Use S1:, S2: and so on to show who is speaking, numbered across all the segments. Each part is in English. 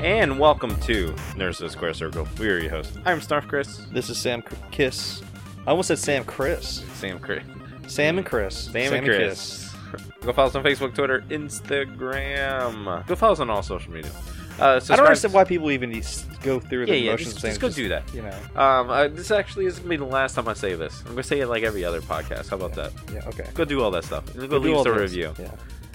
S1: And welcome to Nerds of the Square Circle. We are your host. I'm Snarf Chris.
S2: This is Sam Cr- Kiss. I almost said Sam Chris.
S1: Sam Chris.
S2: Sam and Chris.
S1: Sam, and Chris. Go follow us on Facebook, Twitter, Instagram. Go follow us on all social media. Uh,
S2: I
S1: subscribe-
S2: don't understand why people even need to go through the
S1: Yeah, yeah,
S2: motions
S1: just-
S2: of saying
S1: just go do that.
S2: You know.
S1: Um, uh, this actually is gonna be the last time I say this. I'm gonna say it like every other podcast. How about that?
S2: Yeah. Okay.
S1: Go do all that stuff. And
S2: Go
S1: go
S2: do
S1: leave
S2: all
S1: us a
S2: this.
S1: review.
S2: Yeah.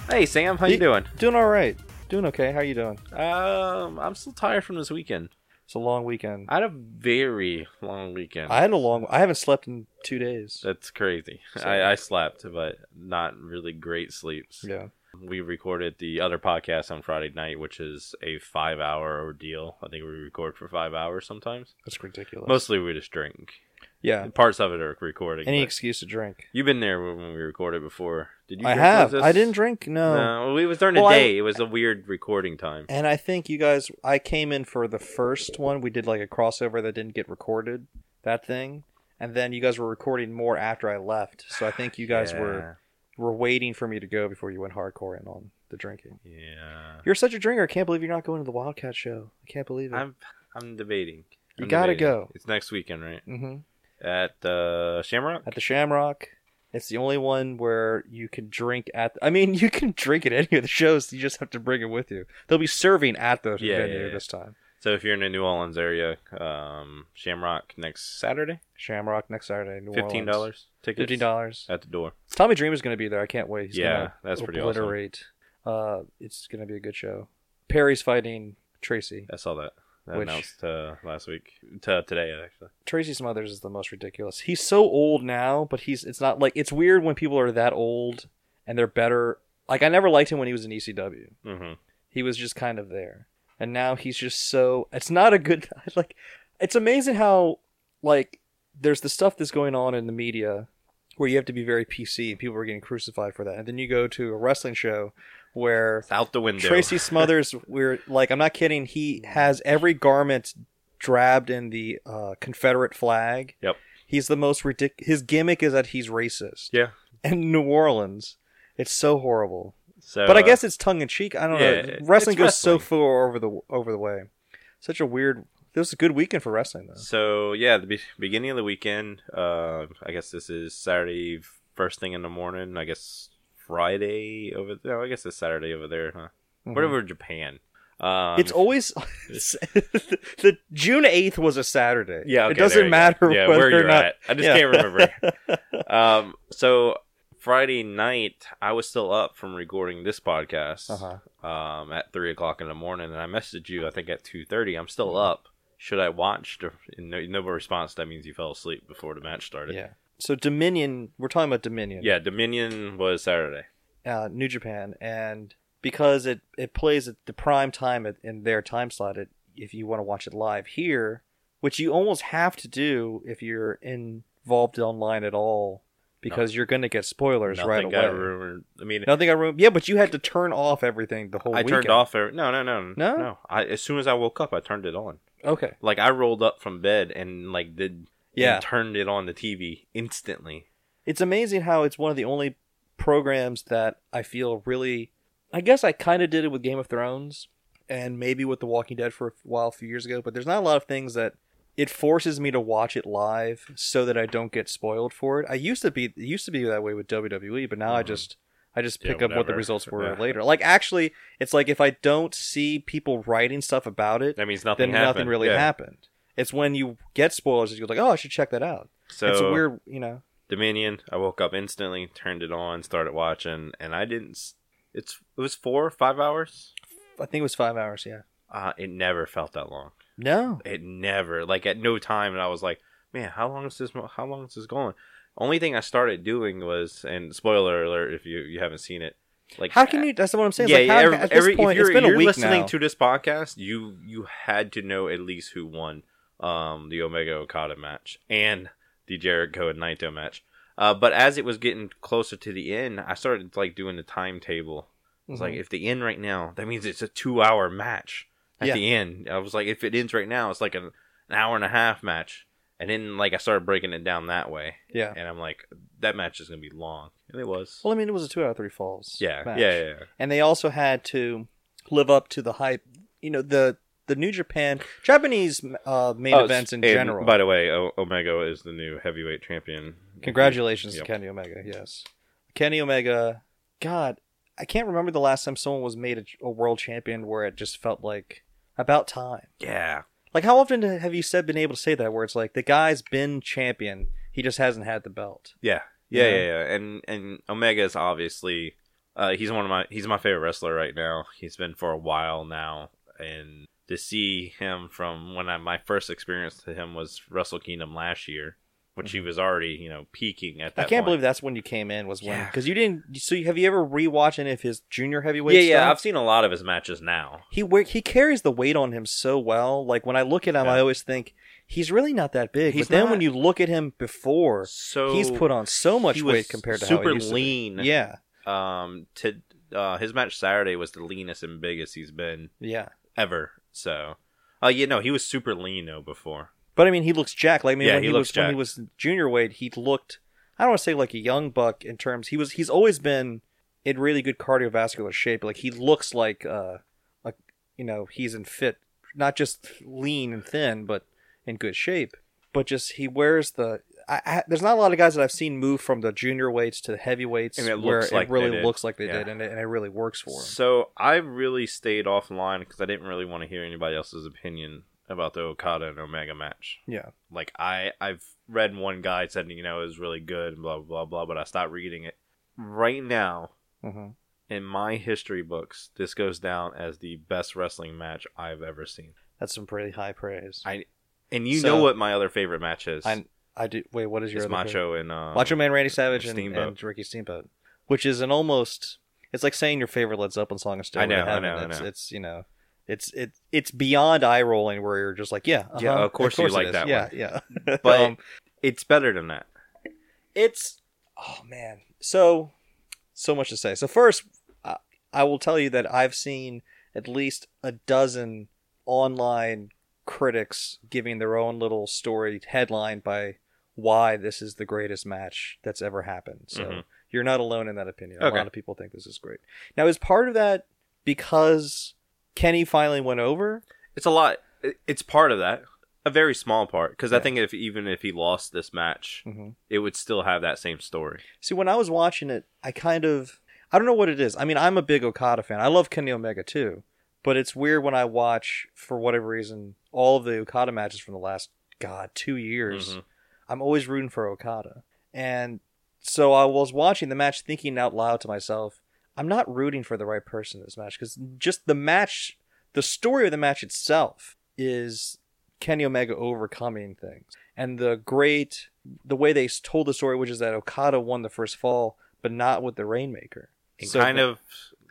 S1: Hey Sam, how you
S2: Ye-
S1: doing?
S2: Doing all right. Doing okay. How you doing?
S1: Um, I'm still tired from this weekend.
S2: It's a long weekend.
S1: I
S2: I,
S1: had a very long weekend.
S2: had a long. I haven't slept in two days.
S1: That's crazy.
S2: So-
S1: I, I slept, but not really great sleeps.
S2: Yeah.
S1: We recorded the other podcast on Friday night, which is a five hour ordeal. I think we record for five hours sometimes.
S2: That's ridiculous.
S1: Mostly we just drink.
S2: Yeah.
S1: Parts of it are recording.
S2: Any
S1: but-
S2: excuse to drink.
S1: You've been there when we recorded before. Did you?
S2: I
S1: drink with
S2: have.
S1: us?
S2: I didn't drink. No.
S1: No, it was during
S2: Well,
S1: the
S2: I-
S1: day. It was a weird recording time.
S2: And I think you guys. I came in for the first one. We did like a crossover that didn't get recorded. That thing. And then you guys were recording more after I left. So I think you guys were were waiting for me to go before you went hardcore in on the drinking.
S1: Yeah.
S2: You're such a drinker. I can't believe you're not going to the Wildcat show. I can't believe it.
S1: I'm. I'm debating.
S2: You
S1: I'm
S2: gotta
S1: debating.
S2: go.
S1: It's next weekend, right?
S2: hmm
S1: At uh, Shamrock.
S2: At the Shamrock, it's the only one where you can drink at. I mean, you can drink at any of the shows. You just have to bring it with you. They'll be serving at the
S1: Yeah,
S2: venue
S1: yeah, yeah.
S2: this time.
S1: So if you're in the New Orleans area, um, Shamrock next Saturday.
S2: Shamrock next Saturday. New
S1: Fifteen
S2: Orleans.
S1: dollars tickets.
S2: Fifteen dollars.
S1: at the door.
S2: Tommy Dream is going to be there. I can't wait. He's
S1: Yeah,
S2: gonna
S1: that's pretty awesome.
S2: obliterate. Uh, it's going to be a good show. Perry's fighting Tracy.
S1: I saw that. That
S2: Which-
S1: announced uh, last week. To uh, today actually.
S2: Tracy Smothers is the most ridiculous. He's so old now, but he's it's not like it's weird when people are that old and they're better. Like I never liked him when he was in ECW.
S1: Mm-hmm.
S2: He was just kind of there. And now he's just so it's not a good like it's amazing how like there's the stuff that's going on in the media where you have to be very PC and people are getting crucified for that. And then you go to a wrestling show where
S1: It's out the window.
S2: Tracy Smothers, we're like, I'm not kidding. He has every garment drabbed in the uh, Confederate flag.
S1: Yep.
S2: He's the most ridiculous. His gimmick is that he's racist.
S1: Yeah.
S2: In New Orleans, it's so horrible.
S1: So,
S2: but I
S1: uh,
S2: guess it's tongue in cheek. I don't
S1: yeah,
S2: know.
S1: it's
S2: Wrestling goes so
S1: wrestling.
S2: far over the over the way. Such a weird. This was a good weekend for wrestling though.
S1: So yeah, the be- beginning of the weekend. Uh, I guess this is Saturday f- first thing in the morning. I guess Friday over. No, I guess it's Saturday over there, huh?
S2: Mhm.
S1: Whatever, Japan. Um,
S2: It's always the June eighth was a Saturday.
S1: yeah. okay, there you
S2: it doesn't
S1: go.
S2: matter
S1: yeah,
S2: whether
S1: where you're
S2: or not.
S1: at. I just
S2: Yeah.
S1: can't remember. um, so Friday night, I was still up from recording this podcast
S2: Uh-huh.
S1: um, at three o'clock in the morning, and I messaged you. I think at two thirty, I'm
S2: Mm-hmm.
S1: still up. Should I watch? The- and No, no response. That means you fell asleep before the match started.
S2: Yeah. So Dominion, we're talking about Dominion.
S1: Yeah, Dominion was Saturday.
S2: uh, New Japan, and because it it plays at the prime time at, in their time slot, it, if you want to watch it live here, which you almost have to do if you're involved online at all, because you're going to get spoilers
S1: Nothing
S2: right
S1: got
S2: away.
S1: rumored. I mean,
S2: Nothing got ruined. Yeah, but you had to turn off everything the whole.
S1: I
S2: weekend.
S1: turned off. Every, no, no, no,
S2: No?
S1: no. I, as soon as I woke up, I turned it on.
S2: Okay.
S1: Like I rolled up from bed and like did
S2: Yeah,
S1: and turned it on the TV instantly.
S2: it's amazing how it's one of the only programs that I feel really. I guess I kind of did it with Game of Thrones and maybe with The Walking Dead for a while, a few years ago, but there's not a lot of things that it forces me to watch it live so that I don't get spoiled for it. I used to be it used to be that way with WWE, but now I
S1: Mhm.
S2: just I just
S1: Yeah,
S2: pick up what the
S1: whatever.
S2: results were
S1: Yeah.
S2: later. Like actually, it's like if I don't see people writing stuff about it,
S1: That means nothing.
S2: then
S1: happened.
S2: nothing really
S1: Yeah.
S2: happened. It's when you get spoilers that you're like, "Oh, I should check that out."
S1: So
S2: it's a weird, you know.
S1: Dominion. I woke up instantly, turned it on, started watching, and I didn't. s- It's it was four five hours.
S2: I think it was 5 hours, yeah.
S1: Uh, it never felt that long.
S2: No.
S1: It never like at no time, and I was like, man, how long is this? mo- How long is this going? Only thing I started doing was, and spoiler alert, if you you haven't seen it, like
S2: How can you? That's what I'm saying.
S1: Yeah,
S2: like,
S1: yeah,
S2: how,
S1: every,
S2: at this
S1: every-
S2: point,
S1: if you're,
S2: it's been
S1: you're
S2: a week
S1: listening
S2: now.
S1: to this podcast, you you had to know at least who won um, the Omega Okada match and the Jericho and Naito match. Uh, but as it was getting closer to the end, I started like doing the timetable. I was like,
S2: Mm-hmm.
S1: if they end right now, that means it's a two-hour match at
S2: Yeah.
S1: the end. I was like, if it ends right now, it's like an, an hour and a half match. And then like I started breaking it down that way,
S2: Mm-hmm. yeah,
S1: and I'm like, that match is going to be long, and it was.
S2: Well, I mean, it was a two out of three falls.
S1: yeah,
S2: match.
S1: yeah, yeah, yeah.
S2: And they also had to live up to the hype. You know, the the New Japan Japanese uh, main
S1: Oh,
S2: events in
S1: and
S2: general.
S1: By the way, o- Omega is the new heavyweight champion.
S2: Congratulations
S1: Yep.
S2: to Kenny Omega. Yes, Kenny Omega. God, I can't remember the last time someone was made a, a world champion where it just felt like about time.
S1: Yeah,
S2: Like how often have you said been able to say that where it's like the guy's been champion, he just hasn't had the belt.
S1: yeah, yeah,
S2: Yeah.
S1: yeah, yeah. And and Omega is obviously uh, he's one of my he's my favorite wrestler right now. He's been for a while now, and to see him from when I my first experience to him was Wrestle Kingdom last year, which he was already you know peaking at that.
S2: Mm-hmm. I can't
S1: point.
S2: believe that's when you came in was when
S1: Yeah.
S2: because you didn't. So you- have you ever rewatched any of his junior heavyweight?
S1: yeah, yeah.
S2: stuff?
S1: I've seen a lot of his matches now.
S2: He wear, he carries the weight on him so well. Like when I look at him,
S1: Yeah.
S2: I always think he's really not that big.
S1: He's
S2: but then
S1: not.
S2: when you look at him before,
S1: So
S2: he's put on so much
S1: he was
S2: weight compared to
S1: super
S2: how he used to be.
S1: lean.
S2: Yeah,
S1: Um. To uh, his match Saturday was the leanest and biggest he's been
S2: yeah.
S1: ever. So, uh, you know, he was super lean though before.
S2: But I mean, he looks jacked. Like I mean,
S1: Yeah,
S2: when
S1: he
S2: he,
S1: looks
S2: was when he
S1: jacked.
S2: was junior weight, he looked. I don't want to say like a young buck in terms. He was. He's always been in really good cardiovascular shape. Like he looks like, uh, like you know, he's in fit, not just lean and thin, but in good shape. But just he wears the. I, I, there's not a lot of guys that I've seen move from the junior weights to the heavyweights
S1: And it
S2: where
S1: looks like
S2: it
S1: they
S2: really
S1: did.
S2: looks like they
S1: Yeah.
S2: did, and it, and it really works for him.
S1: So I really stayed offline because I didn't really want to hear anybody else's opinion about the Okada and Omega match.
S2: Yeah.
S1: Like I, I've read one guy said you know it was really good and blah blah blah, but I stopped reading it. Right now
S2: hmm
S1: in my history books, this goes down as the best wrestling match I've ever seen.
S2: That's some pretty high praise.
S1: I- And you
S2: So-
S1: know what my other favorite match is?
S2: I I do. Wait, what is your
S1: It's
S2: other pick?
S1: Macho and uh,
S2: Macho Man Randy Savage and,
S1: Steamboat.
S2: and Ricky Steamboat, which is an almost it's like saying your favorite Led Zeppelin song is still
S1: I know,
S2: in
S1: I
S2: heaven.
S1: know, I
S2: it's,
S1: know.
S2: it's you know, it's it it's beyond eye rolling where you're just like yeah uh-huh,
S1: Yeah, of course you
S2: it
S1: like
S2: is.
S1: that
S2: yeah
S1: one.
S2: yeah
S1: But
S2: Um,
S1: it's better than that.
S2: it's oh man so so much to say so first I, I will tell you that I've seen at least a dozen online critics giving their own little story headline by why this is the greatest match that's ever happened so
S1: Mhm.
S2: you're not alone in that opinion.
S1: Okay.
S2: A lot of people think this is great. Now, is part of that because Kenny finally went over?
S1: it's a lot it- it's part of that a very small part because i
S2: Yeah.
S1: think if even if he lost this match
S2: Mm-hmm.
S1: it would still have that same story
S2: See, when I was watching it, I kind of I don't know what it is. I mean, I'm a big Okada fan. I love Kenny Omega too, but it's weird when I watch for whatever reason all of the Okada matches from the last god two years.
S1: Mhm.
S2: I'm always rooting for Okada. And so I was watching the match thinking out loud to myself, I'm not rooting for the right person in this match because just the match, the story of the match itself is Kenny Omega overcoming things. And the great, the way they told the story, which is that Okada won the first fall, but not with the Rainmaker.
S1: and
S2: So
S1: kind
S2: the-
S1: of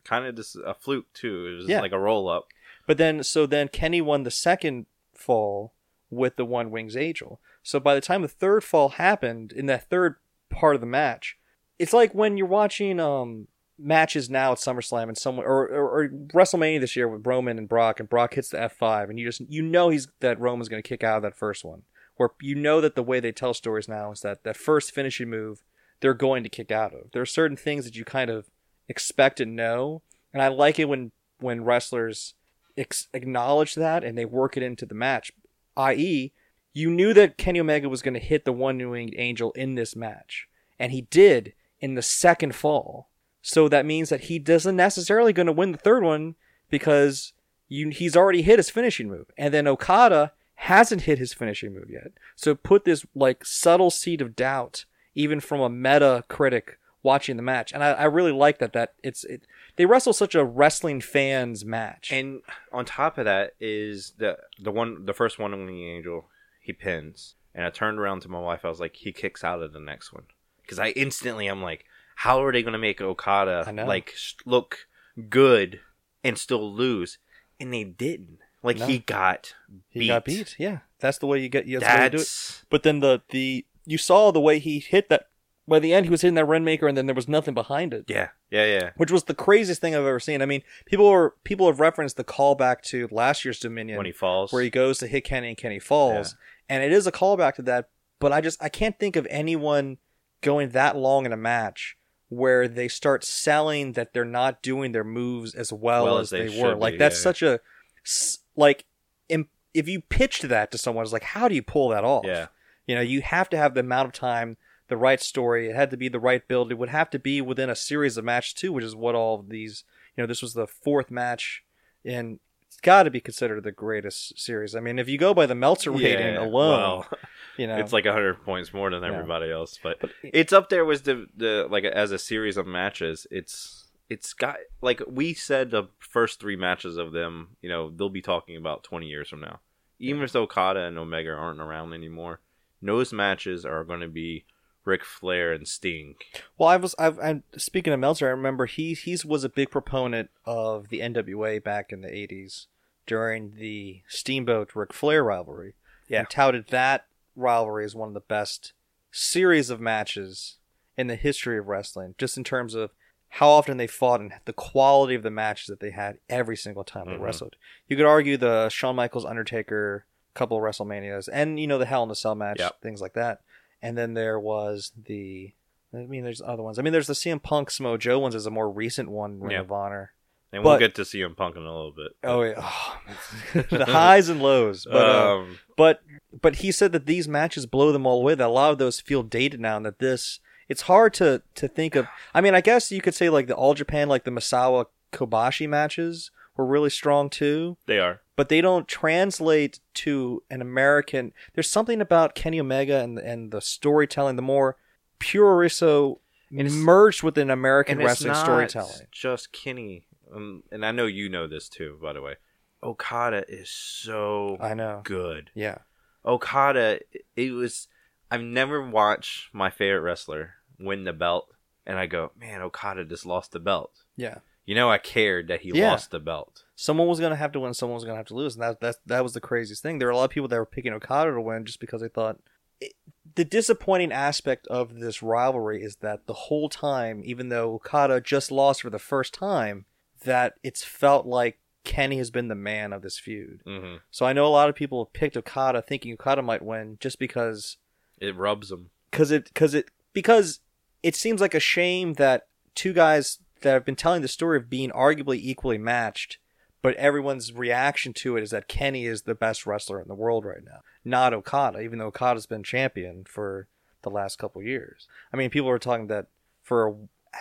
S1: kind of just a fluke too it was
S2: Yeah.
S1: like a roll up
S2: But then, so then Kenny won the second fall with the One Wings Angel. So by the time the third fall happened in that third part of the match, it's like when you're watching um, matches now at SummerSlam and someone or, or, or WrestleMania this year with Roman and Brock, and Brock hits the F5, and you just you know he's that Roman's going to kick out of that first one. Where you know that the way they tell stories now is that that first finishing move they're going to kick out of. There are certain things that you kind of expect and know, and I like it when when wrestlers ex- acknowledge that and they work it into the match. I.e., you knew that Kenny Omega was going to hit the one New England Angel in this match, and he did in the second fall. So that means that he doesn't necessarily going to win the third one because you, he's already hit his finishing move, and then Okada hasn't hit his finishing move yet. So put this like subtle seed of doubt even from a meta critic watching the match, and I, I really like that. That it's it, they wrestle such a wrestling fans match.
S1: and on top of that is the the one the first one when the angel he pins and i turned around to my wife i was like he kicks out of the next one because i instantly i'm like how are they going to make
S2: I
S1: okada
S2: know.
S1: like s- look good and still lose and they didn't like
S2: No.
S1: he got
S2: He got beat. Yeah, that's the way you get. That's, the way you do it.
S1: That's
S2: But then the the you saw the way he hit that. By the end, he was hitting that Renmaker, and then there was nothing behind it,
S1: yeah, yeah, yeah.
S2: which was the craziest thing I've ever seen. I mean, people were people have referenced the callback to last year's Dominion
S1: When he falls,
S2: where he goes to hit Kenny and Kenny falls, and it is a callback to that. But I just I can't think of anyone going that long in a match where they start selling that they're not doing their moves as well, as, they, were.
S1: should
S2: Like
S1: be,
S2: that's
S1: yeah.
S2: such a s- like im- if you pitched that to someone, it's like how do you pull that off?
S1: Yeah.
S2: You know, you have to have the amount of time, the right story. It had to be the right build. It would have to be within a series of matches too, which is what all of these. You know, this was the fourth match, and it's got to be considered the greatest series. I mean, if you go by the Meltzer rating
S1: Yeah,
S2: alone,
S1: well,
S2: you know,
S1: it's like hundred points more than
S2: Yeah.
S1: everybody else, but it's up there with the the like as a series of matches. It's it's got like we said the first three matches of them. You know they'll be talking about twenty years from now. Even if Okada and Omega aren't around anymore, those matches are going to be Ric Flair and Sting.
S2: Well, I was I've, I'm speaking of Meltzer. I remember he he's was a big proponent of the NWA back in the '80s during the Steamboat Ric Flair rivalry.
S1: Yeah.
S2: and touted that rivalry as one of the best series of matches in the history of wrestling, just in terms of how often they fought and the quality of the matches that they had every single time they
S1: Mhm.
S2: wrestled. You could argue the Shawn Michaels Undertaker couple of WrestleManias, and you know the Hell in a Cell match,
S1: Yep.
S2: things like that. And then there was the I mean, there's other ones. I mean, there's the CM Punk Samoa Joe ones is a more recent one, Ring
S1: Yeah.
S2: of Honor.
S1: And
S2: But-
S1: we'll get to see him punk in a little bit.
S2: Oh, yeah. the highs and lows. But, uh,
S1: um,
S2: but but he said that these matches blow them all away. That a lot of those feel dated now, and that this it's hard to to think of. I mean, I guess you could say like the All Japan, like the Misawa Kobashi matches were really strong too
S1: they are.
S2: but they don't translate to an American. There's something about Kenny Omega and and the storytelling, the more puriso merged with an American wrestling storytelling.
S1: Just Kenny, um, and I know you know this too. By the way, Okada is so
S2: I know.
S1: good.
S2: Yeah.
S1: Okada, it was. I've never watched my favorite wrestler win the belt, and I go, man, Okada just lost the belt.
S2: Yeah.
S1: You know, I cared that he
S2: Yeah.
S1: lost the belt.
S2: Someone was gonna have to win. Someone was gonna have to lose, and that that that was the craziest thing. There were a lot of people that were picking Okada to win just because they thought it, the disappointing aspect of this rivalry is that the whole time, even though Okada just lost for the first time, that it's felt like Kenny has been the man of this feud.
S1: Mm-hmm.
S2: So I know a lot of people have picked Okada thinking Okada might win just because
S1: It rubs him.
S2: cause it cause it because it seems like a shame that two guys that have been telling the story of being arguably equally matched, but everyone's reaction to it is that Kenny is the best wrestler in the world right now, not Okada, even though Okada's been champion for the last couple years. I mean, people are talking that for a,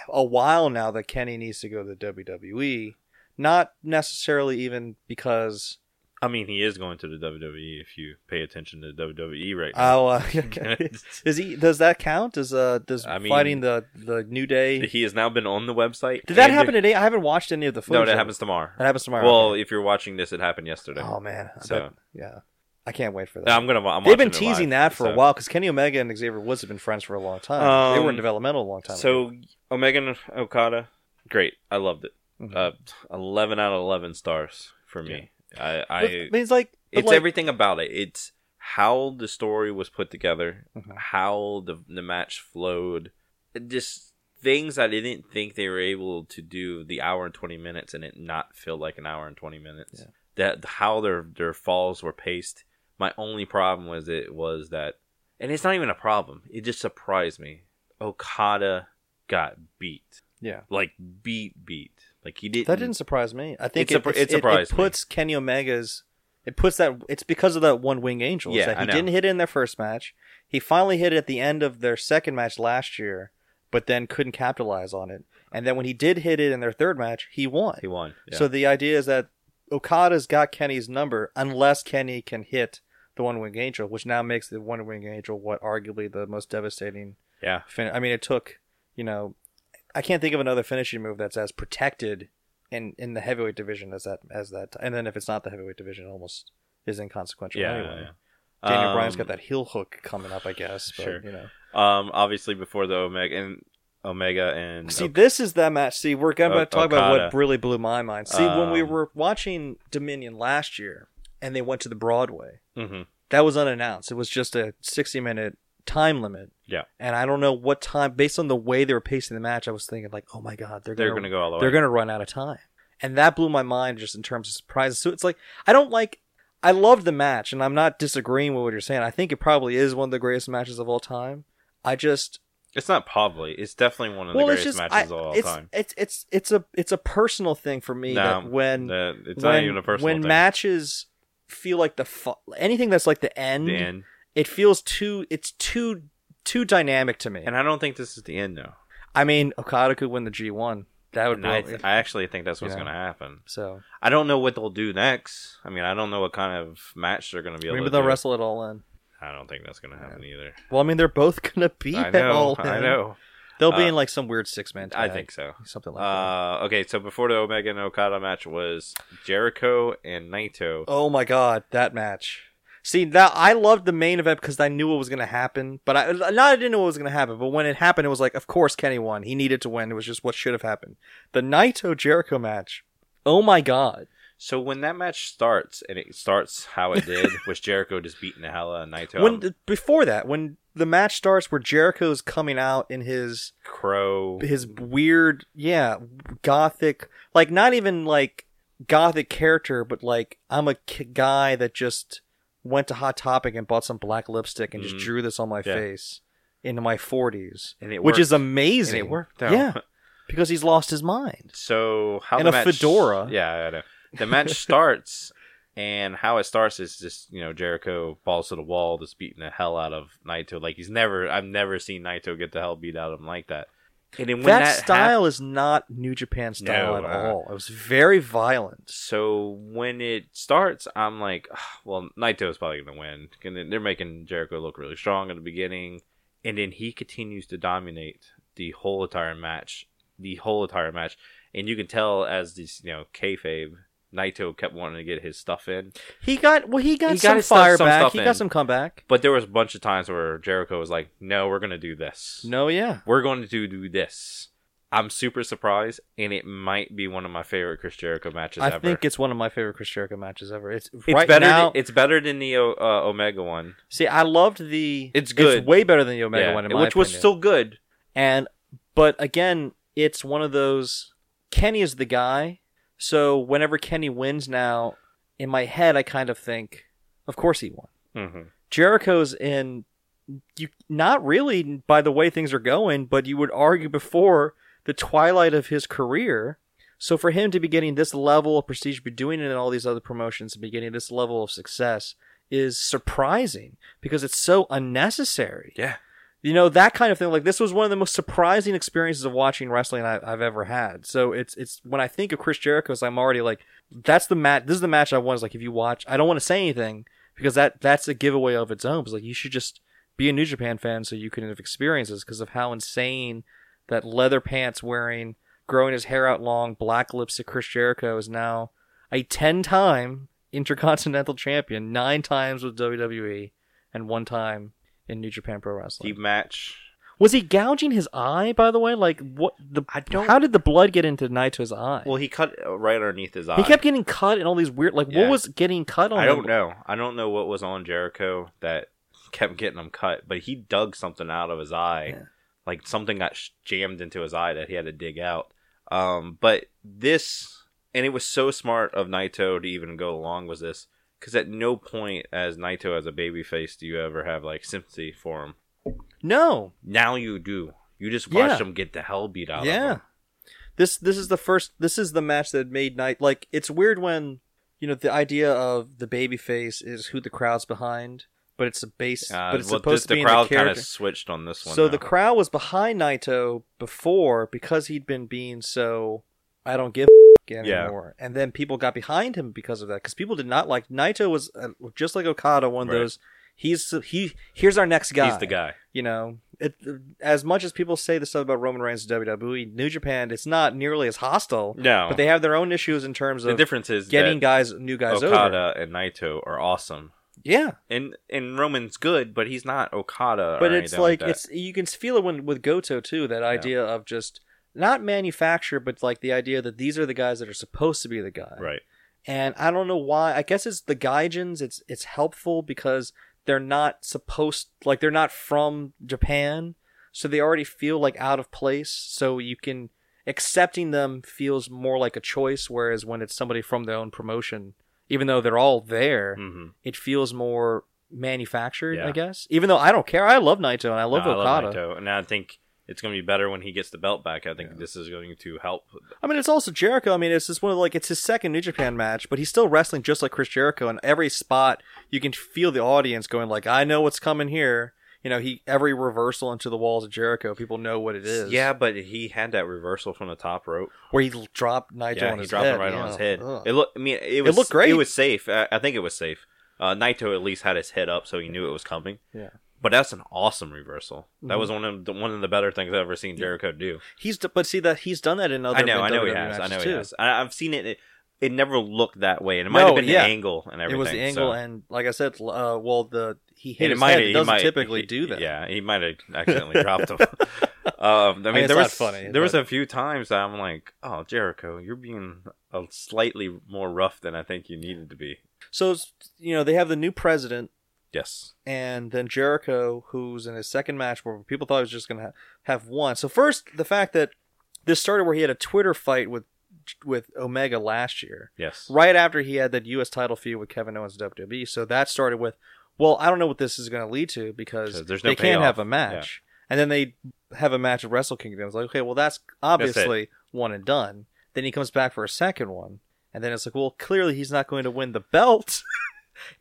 S2: a while now that Kenny needs to go to the WWE, not necessarily even because
S1: I mean, he is going to the WWE if you pay attention to WWE right now.
S2: Oh, uh, okay. Does he? Does that count? Does uh? Does
S1: I mean-
S2: fighting the the new day?
S1: he has now been on the website.
S2: Did that
S1: and-
S2: happen today? I haven't watched any of the footage.
S1: No, that
S2: of it.
S1: happens tomorrow.
S2: That happens tomorrow.
S1: Well,
S2: okay.
S1: if you're watching this, it happened yesterday.
S2: oh man, I
S1: so-
S2: bet- yeah, I can't wait for that.
S1: I'm gonna. I'm
S2: They've
S1: watching
S2: been
S1: it
S2: teasing
S1: live,
S2: that for a
S1: so.
S2: while because Kenny Omega and Xavier Woods have been friends for a long time. they were
S1: Um,
S2: in developmental a long time. ago.
S1: So Omega and Okada, great. I loved it.
S2: Mhm.
S1: Uh, eleven out of eleven stars for me. I, I
S2: But- I mean, it's like but
S1: it's
S2: like-
S1: everything about it. It's how the story was put together,
S2: Mhm.
S1: how the the match flowed, just things I didn't think they were able to do the hour and twenty minutes, and it not feel like an hour and twenty minutes.
S2: Yeah.
S1: That how their their falls were paced. My only problem was it was that, and it's not even a problem. It just surprised me. Okada got beat,
S2: Yeah,
S1: like beat beat. Like he didn't.
S2: that didn't surprise me. I think
S1: It
S2: it,
S1: surpri- it
S2: it's- it, it
S1: surprised me.
S2: puts Kenny Omega's. It puts that it's because of that one wing angel. is
S1: Yeah,
S2: that he
S1: I know.
S2: didn't hit it in their first match. He finally hit it at the end of their second match last year, but then couldn't capitalize on it. And then when he did hit it in their third match, he won.
S1: He won. Yeah.
S2: So the idea is that Okada's got Kenny's number unless Kenny can hit the one wing angel, which now makes the one wing angel what arguably the most devastating
S1: yeah.
S2: fin- I mean, it took you know, I can't think of another finishing move that's as protected in in the heavyweight division as that as that. And then if it's not the heavyweight division, it almost is inconsequential
S1: Yeah.
S2: anyway.
S1: yeah.
S2: Daniel
S1: Um,
S2: Bryan's got that heel hook coming up, I guess. But,
S1: Sure.
S2: You know,
S1: Um, obviously before the Omega and Omega and
S2: see, this is that match. See, we're going
S1: O-
S2: to talk about what
S1: Okada.
S2: really blew my mind. See, when we
S1: Um,
S2: were watching Dominion last year, and they went to the Broadway.
S1: Mhm.
S2: that was unannounced. It was just a 60 minute time limit.
S1: Yeah.
S2: And I don't know what time, based on the way they were pacing the match, I was thinking like, oh my god, they're
S1: they're
S2: gonna,
S1: gonna go all the way.
S2: they're gonna run out of time, and that blew my mind just in terms of surprises. So it's like I don't like. I love the match, and I'm not disagreeing with what you're saying. I think it probably is one of the greatest matches of all time. I just
S1: It's not probably. It's definitely one of the greatest matches
S2: I-
S1: of all
S2: it's,
S1: time.
S2: It's it's it's a it's a personal thing for me
S1: No,
S2: that when
S1: That- it's
S2: when,
S1: not even a personal
S2: when
S1: thing.
S2: matches feel like the fu- anything that's like the end,
S1: the end.
S2: it feels too it's too too dynamic to me.
S1: And I don't think this is the end though.
S2: I mean, Okada could win the G one. That would
S1: And I,
S2: be
S1: I actually think that's what's
S2: Yeah.
S1: going to happen.
S2: so.
S1: I don't know what they'll do next. I mean, I don't know what kind of match they're going to be able
S2: Maybe
S1: to
S2: they'll
S1: do.
S2: wrestle it all in.
S1: I don't think that's going to happen either.
S2: Well, I mean, they're both gonna be
S1: I
S2: at
S1: know.
S2: all in.
S1: I know.
S2: They'll be
S1: Uh,
S2: in like some weird six man.
S1: I think so.
S2: something like that.
S1: Uh, okay, so before the Omega and Okada match was Jericho and Naito.
S2: Oh my god, that match. See, that I loved the main event because I knew what was going to happen, but I not I didn't know what was going to happen, but when it happened it was like, of course Kenny won. He needed to win. It was just what should have happened. The Naito Jericho match. Oh my god.
S1: So when that match starts, and it starts how it did, with Jericho just beating the hell out of Naito,
S2: When
S1: um,
S2: before that, when the match starts where Jericho's coming out in his
S1: Crow,
S2: his weird, yeah, gothic, like not even like gothic character, but like I'm a ki- guy that just went to Hot Topic and bought some black lipstick and
S1: Mhm.
S2: just drew this on my
S1: Yeah.
S2: face into my 40s,
S1: and it
S2: which is
S1: worked.
S2: amazing.
S1: And it worked out.
S2: Yeah, because he's lost his mind.
S1: So how
S2: And
S1: the
S2: a
S1: match,
S2: fedora.
S1: Yeah, I know. The match starts, and how it starts is just you know Jericho falls to the wall, just beating the hell out of Naito. Like he's never, I've never seen Naito get the hell beat out of him like that. And then when
S2: that,
S1: that,
S2: style is not New Japan style
S1: No,
S2: at
S1: uh,
S2: all. It was very violent.
S1: So when it starts, I'm like, "Ah, well, Naito's probably going to win. And then they're making Jericho look really strong at the beginning. And then he continues to dominate the whole entire match. The whole entire match. And you can tell as this, you know, kayfabe, Naito kept wanting to get his stuff in.
S2: He got well. He got
S1: He got
S2: some
S1: his stuff-
S2: fire
S1: some
S2: back.
S1: stuff
S2: he
S1: in.
S2: got some comeback.
S1: But there was a bunch of times where Jericho was like, no, we're going to do this.
S2: No, yeah.
S1: We're going to do, do this. I'm super surprised. And it might be one of my favorite Chris Jericho matches
S2: I
S1: ever.
S2: think it's one of my favorite Chris Jericho matches ever. It's,
S1: it's
S2: right
S1: better.
S2: now.
S1: than, it's better than the O- uh, Omega one.
S2: See, I loved the.
S1: It's good.
S2: way better than the Omega
S1: Yeah,
S2: one, in
S1: which
S2: my
S1: was
S2: opinion.
S1: still good.
S2: And but again, it's one of those. Kenny is the guy, so whenever Kenny wins now, in my head, I kind of think, of course he won. Mm-hmm. Jericho's in. You not really by the way things are going, but you would argue before the twilight of his career. So for him to be getting this level of prestige, be doing it in all these other promotions, and be getting this level of success is surprising because it's so unnecessary.
S1: Yeah.
S2: You know that kind of thing. Like this was one of the most surprising experiences of watching wrestling I, I've ever had. So it's it's when I think of Chris Jericho's, I'm already like, that's the match. This is the match I want. Is like if you watch, I don't want to say anything because that that's a giveaway of its own. It's like you should just be a New Japan fan so you can have experiences because of how insane that leather pants wearing, growing his hair out long, black lipstick Chris Jericho is now a ten time intercontinental champion, nine times with WWE, and one time in New Japan Pro Wrestling.
S1: Deep match.
S2: Was he gouging his eye? By the way, like what the?
S1: I don't-
S2: How did the blood get into Naito's eye?
S1: Well, he cut uh, right underneath his eye.
S2: he kept getting cut and all these weird. Like
S1: Yeah.
S2: what was getting cut on?
S1: I don't
S2: him?
S1: know. I don't know what was on Jericho that kept getting him cut, but he dug something out of his eye.
S2: Yeah.
S1: Like something got sh- jammed into his eye that he had to dig out. Um, but this, and it was so smart of Naito to even go along with this, because at no point as Naito as a babyface do you ever have like sympathy for him.
S2: No.
S1: Now you do. You just watch
S2: Yeah.
S1: him get the hell beat out of
S2: Yeah.
S1: him.
S2: This this is the first. This is the match that made night. Like it's weird when you know the idea of the baby face is who the crowd's behind, but it's a base.
S1: Uh,
S2: but it's
S1: well,
S2: supposed
S1: this-
S2: to be
S1: the
S2: in the
S1: crowd
S2: character.
S1: kind of switched on this one.
S2: So
S1: though.
S2: the crowd was behind Naito before because he'd been being so I don't give a
S1: Yeah.
S2: anymore, and then people got behind him because of that because people did not like Naito was uh, just like Okada one of
S1: Right.
S2: those he's he here's our next guy
S1: he's the guy.
S2: you know it, as much as people say this stuff about Roman Reigns and WWE New Japan it's not nearly as hostile
S1: No,
S2: but they have their own issues in terms
S1: the
S2: of
S1: difference is
S2: getting
S1: that
S2: guys new guys over
S1: Okada and Naito are awesome,
S2: yeah
S1: and and Roman's good, but he's not Okada.
S2: but
S1: or
S2: it's
S1: anything
S2: like
S1: that.
S2: it's you can feel it when with Goto too. That idea of just not manufacture, but like the idea that these are the guys that are supposed to be the guy.
S1: right.
S2: And I don't know why. I guess it's the gaijins. It's it's helpful because they're not supposed like they're not from Japan, so they already feel like out of place. So you can accepting them feels more like a choice, whereas when it's somebody from their own promotion, even though they're all there,
S1: hmm
S2: it feels more manufactured,
S1: Yeah.
S2: I guess. Even though I don't care, I love Naito and I love
S1: No,
S2: Okada.
S1: Naito, and I think it's going to be better when he gets the belt back. I think
S2: Yeah.
S1: this is going to help.
S2: I mean, it's also Jericho. I mean, it's just one of like it's his second New Japan match, but he's still wrestling just like Chris Jericho. And every spot, you can feel the audience going like, "I know what's coming here." You know, he every reversal into the walls of Jericho, people know what it is.
S1: Yeah, but he had that reversal from the top rope.
S2: where he l- dropped Naito
S1: yeah,
S2: on
S1: he
S2: his
S1: dropped
S2: head.
S1: it right on his
S2: yeah.
S1: head.
S2: Ugh.
S1: It looked. I mean, it was.
S2: looked great.
S1: It was safe. I, I think it was safe. Uh, Naito at least had his head up, so he knew it was coming.
S2: Yeah.
S1: But that's an awesome reversal. That
S2: Mhm.
S1: was one of the, one of the better things I've ever seen Jericho do.
S2: He's d- but see that he's done that in other.
S1: I know, I know he
S2: WWE
S1: has. I know
S2: matches,
S1: he
S2: too.
S1: has. I, I've seen it, it. It never looked that way, and it might
S2: No,
S1: have been
S2: yeah.
S1: the angle and
S2: It
S1: everything.
S2: was the angle,
S1: so-
S2: and like I said, l- uh, well, the he hit
S1: And
S2: his head. It
S1: he
S2: doesn't
S1: might-
S2: typically
S1: he-
S2: do that.
S1: Yeah, he might have accidentally dropped him. Um, I mean,
S2: it's
S1: there
S2: not
S1: was
S2: funny,
S1: there
S2: but-
S1: was a few times that I'm like, "Oh, Jericho, you're being a slightly more rough than I think you needed to be."
S2: So it's- you know they have the new president
S1: Yes,
S2: and then Jericho, who's in his second match, where people thought he was just going to ha- have one. So first, the fact that this started where he had a Twitter fight with with Omega last year,
S1: yes,
S2: right after he had that U.S. title feud with Kevin Owens in WWE. E. So that started with, well, I don't know what this is going to lead to because
S1: 'Cause there's no
S2: they can't
S1: payoff.
S2: have a match, and then they have a match at Wrestle Kingdom. It's like, okay, well, that's obviously one and done. Then he comes back for a second one, and then it's like, well, clearly he's not going to win the belt.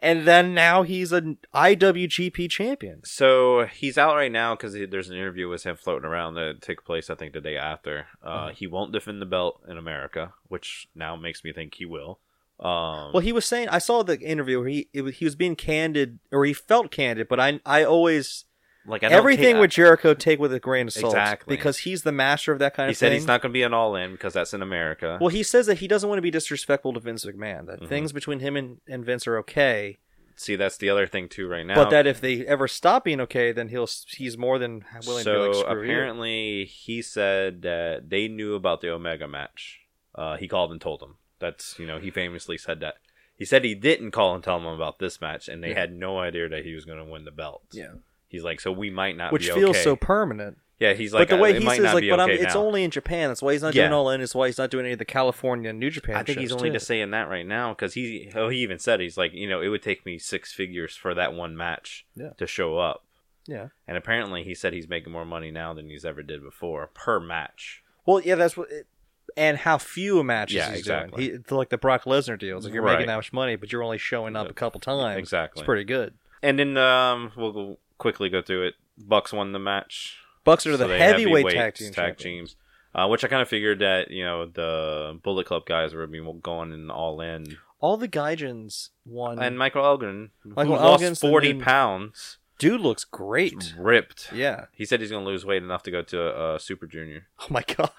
S2: And then now he's an IWGP champion.
S1: So he's out right now because there's an interview with him floating around that took place, I think, the day after. Uh,
S2: Mhm.
S1: He won't defend the belt in America, which now makes me think he will. Um,
S2: Well, he was saying I saw the interview where he it, was- he was being candid or he felt candid, but I I always
S1: like I don't
S2: everything
S1: ta-
S2: with Jericho take with a grain of salt
S1: Exactly.
S2: because he's the master of that kind
S1: he
S2: of
S1: said
S2: thing.
S1: he's not going to be an all in because that's in America.
S2: Well, he says that he doesn't want to be disrespectful to Vince McMahon. That
S1: Mhm.
S2: things between him and, and Vince are okay,
S1: See, that's the other thing too right now.
S2: but that if they ever stop being okay, then he'll s- he's more than willing
S1: so
S2: to be like screw you."
S1: apparently he said that they knew about the omega match uh, he called and told them that's you know he famously said that he said he didn't call and tell them about this match and they
S2: Yeah.
S1: had no idea that he was going to win the belt
S2: Yeah.
S1: he's like so we might not
S2: which
S1: be
S2: feels
S1: okay.
S2: so permanent.
S1: yeah he's like
S2: but the way
S1: uh, it
S2: he
S1: might
S2: says,
S1: not
S2: like,
S1: be
S2: but I'm,
S1: okay
S2: it's
S1: now.
S2: only in Japan. That's why he's not
S1: Yeah.
S2: doing all in. It's why he's not doing any of the California and New Japan.
S1: I think he's
S2: shows,
S1: only
S2: too.
S1: just saying that right now because he oh, he even said he's like you know it would take me six figures for that one match
S2: Yeah.
S1: to show up
S2: yeah.
S1: and apparently he said he's making more money now than he's ever did before per match
S2: Well, yeah, that's what. It, and how few matches
S1: Yeah,
S2: he's
S1: exactly.
S2: doing. He, it's like the Brock Lesnar deals. Like you're
S1: Right.
S2: making that much money, but you're only showing up a couple times.
S1: exactly
S2: It's pretty good.
S1: And then um, we'll go quickly go through it. Bucks won the match.
S2: Bucks are the
S1: So they
S2: heavyweight,
S1: heavyweight
S2: tag team.
S1: tag
S2: champions.
S1: teams, uh, which I kind of figured that you know the Bullet Club guys were being going in all in,
S2: All the Gaijins won.
S1: and Michael Elgin,
S2: Michael
S1: who
S2: Elgin's
S1: lost
S2: the
S1: forty
S2: main-
S1: pounds,
S2: dude looks great.
S1: Mm. ripped.
S2: Yeah.
S1: He said he's going to lose weight enough to go to uh, Super Junior,
S2: Oh my god.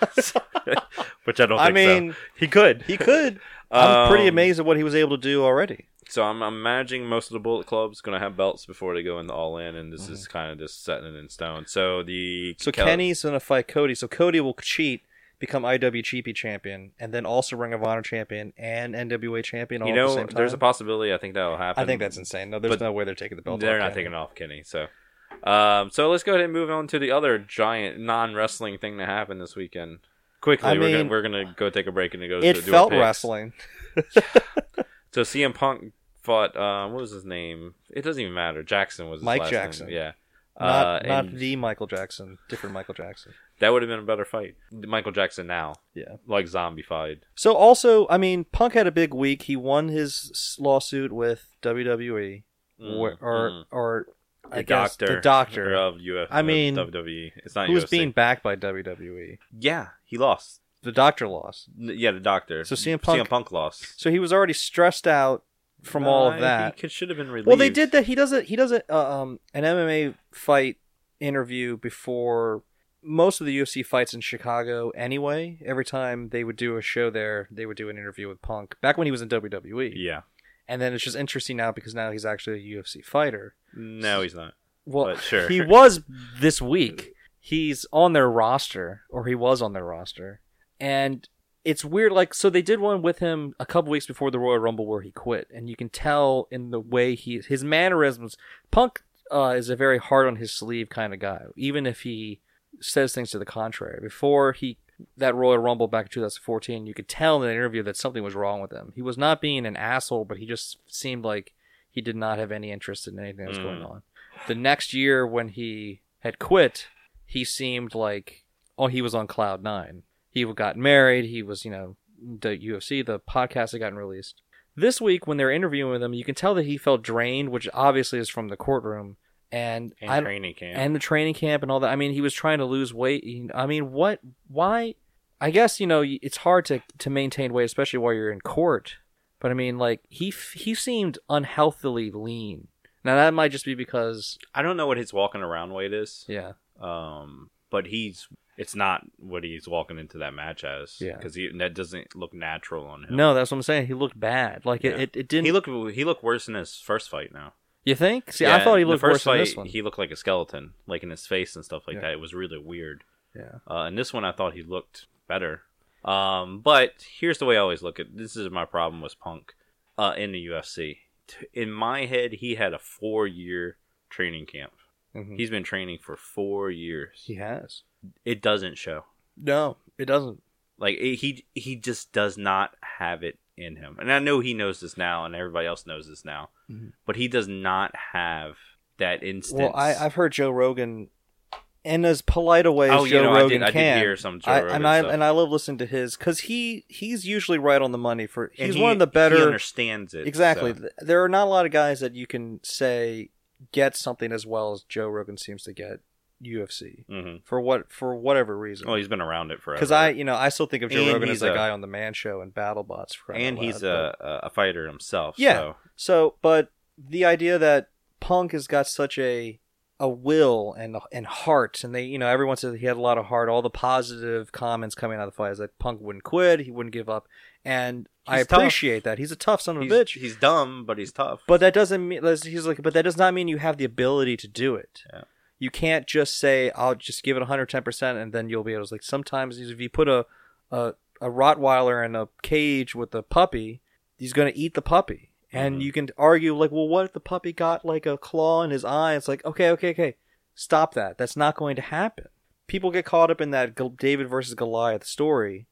S1: which I don't.
S2: I
S1: think so.
S2: mean,
S1: he could.
S2: he could. I'm pretty
S1: Um,
S2: amazed at what he was able to do already.
S1: So I'm, I'm imagining most of the Bullet Club's going to have belts before they go into All In, and this is kind of just setting it in stone. So the
S2: Mm-hmm. So
S1: Kel-
S2: Kenny's gonna fight Cody. So Cody will cheat, become IWGP champion, and then also Ring of Honor champion and NWA champion. All
S1: you
S2: at the
S1: know,
S2: same time.
S1: there's a possibility. I think that'll happen.
S2: I think that's insane. No, there's
S1: But
S2: no way they're taking the belt.
S1: They're
S2: off
S1: not
S2: Kenny.
S1: taking off Kenny. So, um, so let's go ahead and move on to the other giant non wrestling thing that happened this weekend. Quickly,
S2: I
S1: we're,
S2: mean-
S1: gonna, we're gonna go take a break and go.
S2: It
S1: do our
S2: felt
S1: picks.
S2: wrestling.
S1: So CM Punk fought. Uh, what was his name? It doesn't even matter. Jackson was his
S2: Mike
S1: last
S2: Jackson.
S1: Name. Yeah.
S2: Not,
S1: uh,
S2: not
S1: and
S2: the Michael Jackson, different Michael Jackson.
S1: that would have been a better fight. Michael Jackson now,
S2: Yeah.
S1: like zombified.
S2: So also, I mean, Punk had a big week. He won his s- lawsuit with WWE
S1: Mm,
S2: where- or
S1: mm.
S2: or I
S1: the
S2: guess
S1: doctor, Uh,
S2: the doctor
S1: of UF.
S2: I mean,
S1: WWE. It's not
S2: who was
S1: UFC.
S2: being backed by WWE.
S1: Yeah, he lost.
S2: The doctor lost,
S1: N- Yeah, the doctor.
S2: So CM Punk-
S1: CM Punk lost.
S2: so he was already stressed out from all
S1: Uh,
S2: of that.
S1: He could, should have been relieved.
S2: Well, they did that. He does it. He does it. Uh, um, an MMA fight interview before most of the UFC fights in Chicago. Anyway, every time they would do a show there, they would do an interview with Punk back when he was in WWE.
S1: Yeah.
S2: And then it's just interesting now because now he's actually a UFC fighter.
S1: No, he's not.
S2: Well,
S1: But sure.
S2: he was this week. He's on their roster, or he was on their roster, and it's weird. Like, so they did one with him a couple weeks before the Royal Rumble where he quit, and you can tell in the way he his mannerisms. Punk uh, is a very hard on his sleeve kind of guy, even if he says things to the contrary. Before he that Royal Rumble back in 2014, you could tell in the interview that something was wrong with him. He was not being an asshole, but he just seemed like he did not have any interest in anything that was going
S1: Mm.
S2: on. The next year, when he had quit, he seemed like oh he was on cloud nine. He got married. He was you know the UFC. The podcast had gotten released. This week, when they were interviewing him, you can tell that he felt drained, which obviously is from the courtroom. And,
S1: and
S2: I,
S1: training camp.
S2: and the training camp and all that. I mean, he was trying to lose weight. He- I mean, what? Why? I guess you know y- it's hard to to maintain weight, especially while you're in court. But I mean, like he f- he seemed unhealthily lean. Now that might just be because
S1: I don't know what his walking around weight is.
S2: yeah,
S1: Um, but he's it's not what he's walking into that match as.
S2: Yeah.
S1: because that doesn't look natural on him.
S2: no, that's what I'm saying. He looked bad. Like
S1: Yeah.
S2: it, it, it didn't.
S1: he looked he looked worse in his first fight now.
S2: you think? See, I
S1: Yeah,
S2: thought he
S1: the
S2: looked
S1: first
S2: worse
S1: fight,
S2: than this one.
S1: He looked like a skeleton, like in his face and stuff like
S2: Yeah.
S1: that. It was really weird.
S2: yeah,
S1: Uh, and this one, I thought he looked better. Um, but here's the way I always look at this is my problem with Punk uh, in the UFC. T- In my head, he had a four year training camp.
S2: Mhm.
S1: He's been training for four years.
S2: he has.
S1: It doesn't show.
S2: No, it doesn't.
S1: Like it, he he just does not have it in him. And I know he knows this now, and everybody else knows this now.
S2: Mhm.
S1: But he does not have that instance.
S2: Well, I, I've heard Joe Rogan, in as polite a way as
S1: oh,
S2: Joe
S1: you know,
S2: Rogan
S1: I did,
S2: can.
S1: I did hear some Joe
S2: I,
S1: Rogan
S2: and I
S1: stuff.
S2: and I love listening to his because he he's usually right on the money for
S1: And
S2: he's
S1: he-
S2: one of the
S1: He
S2: better
S1: understands it
S2: exactly.
S1: so.
S2: Th- There are not a lot of guys that you can say get something as well as Joe Rogan seems to get UFC
S1: Mhm.
S2: for what for whatever reason.
S1: Well, he's been around it Oh, forever.
S2: because I, you know, I still think of Joe
S1: And
S2: Rogan
S1: he's
S2: as that
S1: a-
S2: guy on the Man Show and BattleBots. for crying
S1: and
S2: out
S1: he's
S2: loud, but-
S1: a, a a fighter himself.
S2: Yeah.
S1: so-
S2: So, but the idea that Punk has got such a a will and and heart, and they, you know, everyone says he had a lot of heart. All the positive comments coming out of the fight is that Punk wouldn't quit, he wouldn't give up, and I
S1: He's tough.
S2: appreciate that. He's a tough son of
S1: he's,
S2: a bitch,
S1: he's dumb, but he's tough.
S2: but that doesn't mean that's- he's like, but that does not mean you have the ability to do it.
S1: Yeah.
S2: You can't just say I'll just give it 110 percent and then you'll be able to. Like sometimes if you put a a a Rottweiler in a cage with a puppy, he's going to eat the puppy. And
S1: Mhm.
S2: you can argue like, well, what if the puppy got like a claw in his eye? It's like, okay, okay, okay, stop that. That's not going to happen. People get caught up in that Gol- David versus Goliath story,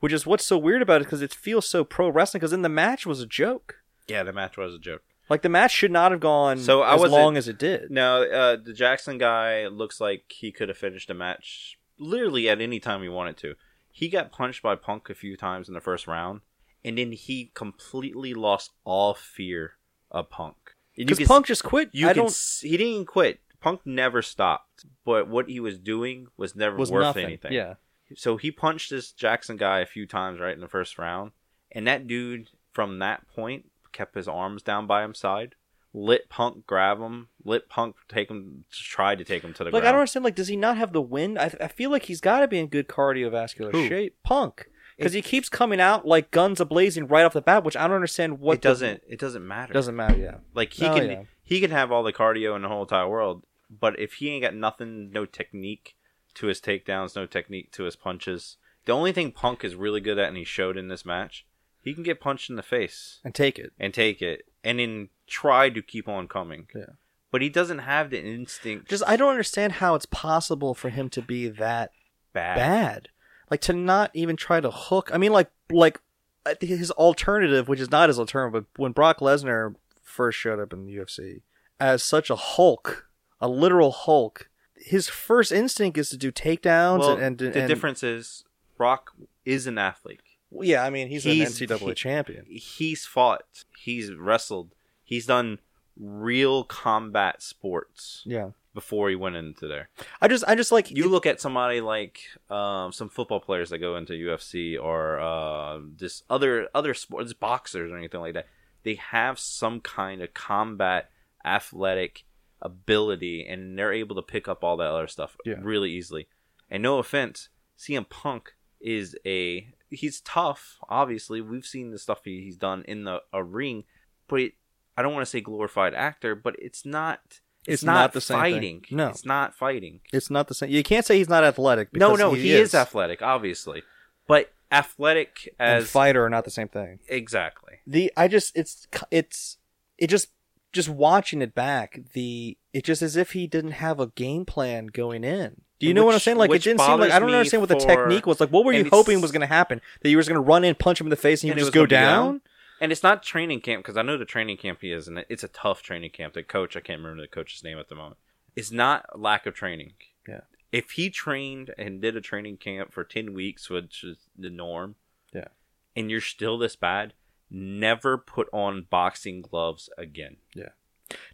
S2: which is what's so weird about it because it feels so pro wrestling. Because in the match was a joke.
S1: yeah, the match was a joke.
S2: Like the match should not have gone
S1: So I
S2: as
S1: wasn't-
S2: long as it did.
S1: Now, uh, the Jackson guy looks like he could have finished the match literally at any time he wanted to. He got punched by Punk a few times in the first round, and then he completely lost all fear of Punk. And you
S2: Because
S1: can
S2: Punk just quit.
S1: You
S2: I
S1: can
S2: don't.
S1: s He didn't quit. Punk never stopped, but what he was doing was never
S2: Was
S1: worth
S2: nothing.
S1: anything.
S2: Yeah.
S1: So he punched this Jackson guy a few times right in the first round, and that dude from that point kept his arms down by his side. Let Punk grab him. Let Punk take him. Try to take him to the
S2: Like I don't
S1: ground.
S2: understand. Like, does he not have the wind? I, I feel like he's got to be in good cardiovascular
S1: Who?
S2: shape. Punk, because he keeps coming out like guns ablazing right off the bat, which I don't understand. What
S1: it
S2: the-
S1: doesn't. It doesn't matter.
S2: doesn't matter. Yeah.
S1: like he
S2: Oh,
S1: can.
S2: yeah.
S1: He can have all the cardio in the whole entire world, but if he ain't got nothing, no technique to his takedowns, no technique to his punches. The only thing Punk is really good at, and he showed in this match, he can get punched in the face.
S2: And take it.
S1: and take it and then try to keep on coming.
S2: Yeah.
S1: But he doesn't have the instinct
S2: Just I don't understand how it's possible for him to be that
S1: bad.
S2: bad. Like to not even try to hook. I mean, like like I think his alternative, which is not his alternative, but when Brock Lesnar first showed up in the UFC as such a Hulk, a literal Hulk, his first instinct is to do takedowns
S1: Well,
S2: and, and
S1: the
S2: and-
S1: difference is Brock is an athlete.
S2: Yeah, I mean he's,
S1: He's-
S2: an NCAA
S1: he-
S2: champion.
S1: He's fought. He's wrestled. He's done real combat sports
S2: Yeah,
S1: before he went into there.
S2: I just I just like
S1: You look at somebody like um, some football players that go into UFC or uh, this other other sports boxers or anything like that. They have some kind of combat athletic ability, and they're able to pick up all that other stuff
S2: Yeah.
S1: really easily. And no offense, CM Punk is a he's tough. Obviously, we've seen the stuff he, he's done in the a ring, but it, I don't want to say glorified actor, but it's not. It's,
S2: It's
S1: not,
S2: not the same thing.
S1: fighting.
S2: No.
S1: it's not fighting
S2: it's not the same. You can't say he's not athletic.
S1: no
S2: because
S1: no he, is. athletic obviously but athletic
S2: and
S1: as
S2: fighter are not the same thing.
S1: exactly
S2: the i just it's it's it just just watching it back the it just as if he didn't have a game plan going in do you know what I'm
S1: Which-
S2: saying? Like it
S1: which
S2: didn't seem like
S1: bothers
S2: I don't
S1: me
S2: understand what the
S1: for-
S2: technique was. Like, what were
S1: and
S2: you
S1: it's-
S2: hoping was going to happen? That you were just going to run in, punch him in the face, and he
S1: And
S2: would
S1: it
S2: just
S1: was
S2: go
S1: gonna be
S2: down?
S1: And it's not training camp because I know the training camp he is, and it's a tough training camp. The coach, I can't remember the coach's name at the moment. It's not lack of training.
S2: Yeah.
S1: If he trained and did a training camp for ten weeks, which is the norm,
S2: Yeah.
S1: and you're still this bad, never put on boxing gloves again.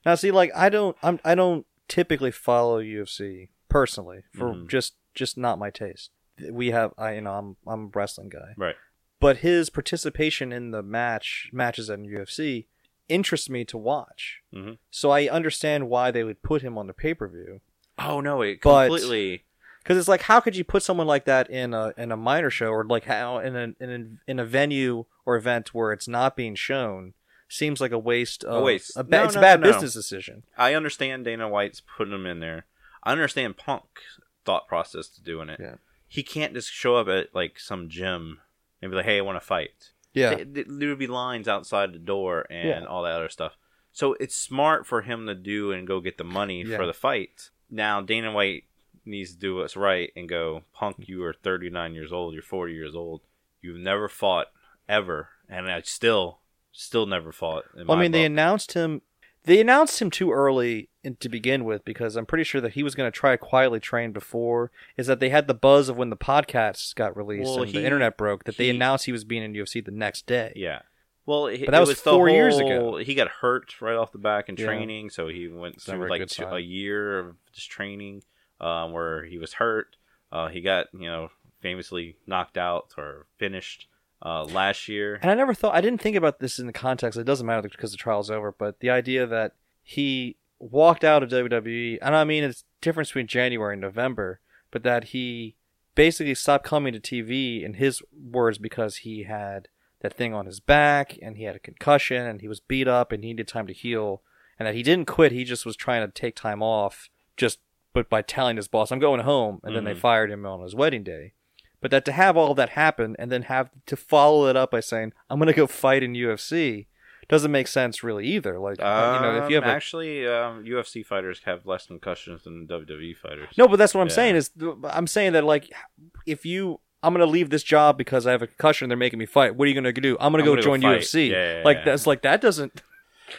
S2: Now, see, like I don't, I'm, I don't typically follow UFC personally for
S1: Mhm.
S2: just, just not my taste. We have, I, you know, I'm, I'm a wrestling guy,
S1: Right.
S2: but his participation in the match matches in UFC interests me to watch.
S1: Mhm.
S2: So I understand why they would put him on the pay per view
S1: Oh no, it
S2: But-
S1: completely.
S2: because it's like, how could you put someone like that in a in a minor show or like how in a in a, in a venue or event where it's not being shown? Seems like a waste. Of,
S1: waste.
S2: a ba-
S1: No,
S2: it's
S1: no,
S2: a bad
S1: no, no.
S2: business decision.
S1: I understand Dana White's putting him in there. I understand Punk's thought process to doing it.
S2: Yeah.
S1: He can't just show up at like some gym and be like, "Hey, I want to fight."
S2: Yeah.
S1: Th- th- there would be lines outside the door and
S2: Yeah.
S1: all that other stuff. So it's smart for him to do and go get the money
S2: Yeah.
S1: for the fight. Now Dana White needs to do what's right and go, Punk, you are 39 years old. You're 40 years old. You've never fought ever, and I still, still never fought. In
S2: Well, I
S1: my
S2: mean, they
S1: book.
S2: announced him. They announced him too early in, to begin with because I'm pretty sure that he was going to try to quietly train before. Is that they had the buzz of when the podcast got released
S1: Well,
S2: and
S1: he-
S2: the internet broke that they
S1: he-
S2: announced he was being in UFC the next day.
S1: yeah. Well, it,
S2: But that
S1: it
S2: was
S1: the
S2: four years
S1: whole-
S2: ago.
S1: He got hurt right off the back in
S2: Yeah.
S1: training, so he went
S2: never
S1: through
S2: a
S1: like
S2: good
S1: two,
S2: sign.
S1: a year of just training um, where he was hurt. Uh, he got you know famously knocked out or finished uh, last year.
S2: And I never thought I didn't think about this in the context. It doesn't matter because the trial's over. But the idea that he walked out of WWE, and I mean it's difference between January and November, but that he basically stopped coming to TV in his words because he had that thing on his back and he had a concussion and he was beat up and he needed time to heal and that he didn't quit. He just was trying to take time off, just but by telling his boss, "I'm going home," and then
S1: Mhm.
S2: they fired him on his wedding day. But that to have all that happen and then have to follow it up by saying, "I'm going to go fight in UFC," doesn't make sense really either. Like uh, you know, if you
S1: Um,
S2: have a,
S1: actually, um, UFC fighters have less concussions than WWE fighters.
S2: no, but that's what I'm
S1: Yeah.
S2: saying is I'm saying that like if you I'm going to leave this job because I have a concussion. They're making me fight. What are you going to do?
S1: I'm
S2: I'm going to go
S1: gonna go
S2: join
S1: fight.
S2: UFC.
S1: Yeah, yeah,
S2: like
S1: yeah.
S2: that's like that doesn't.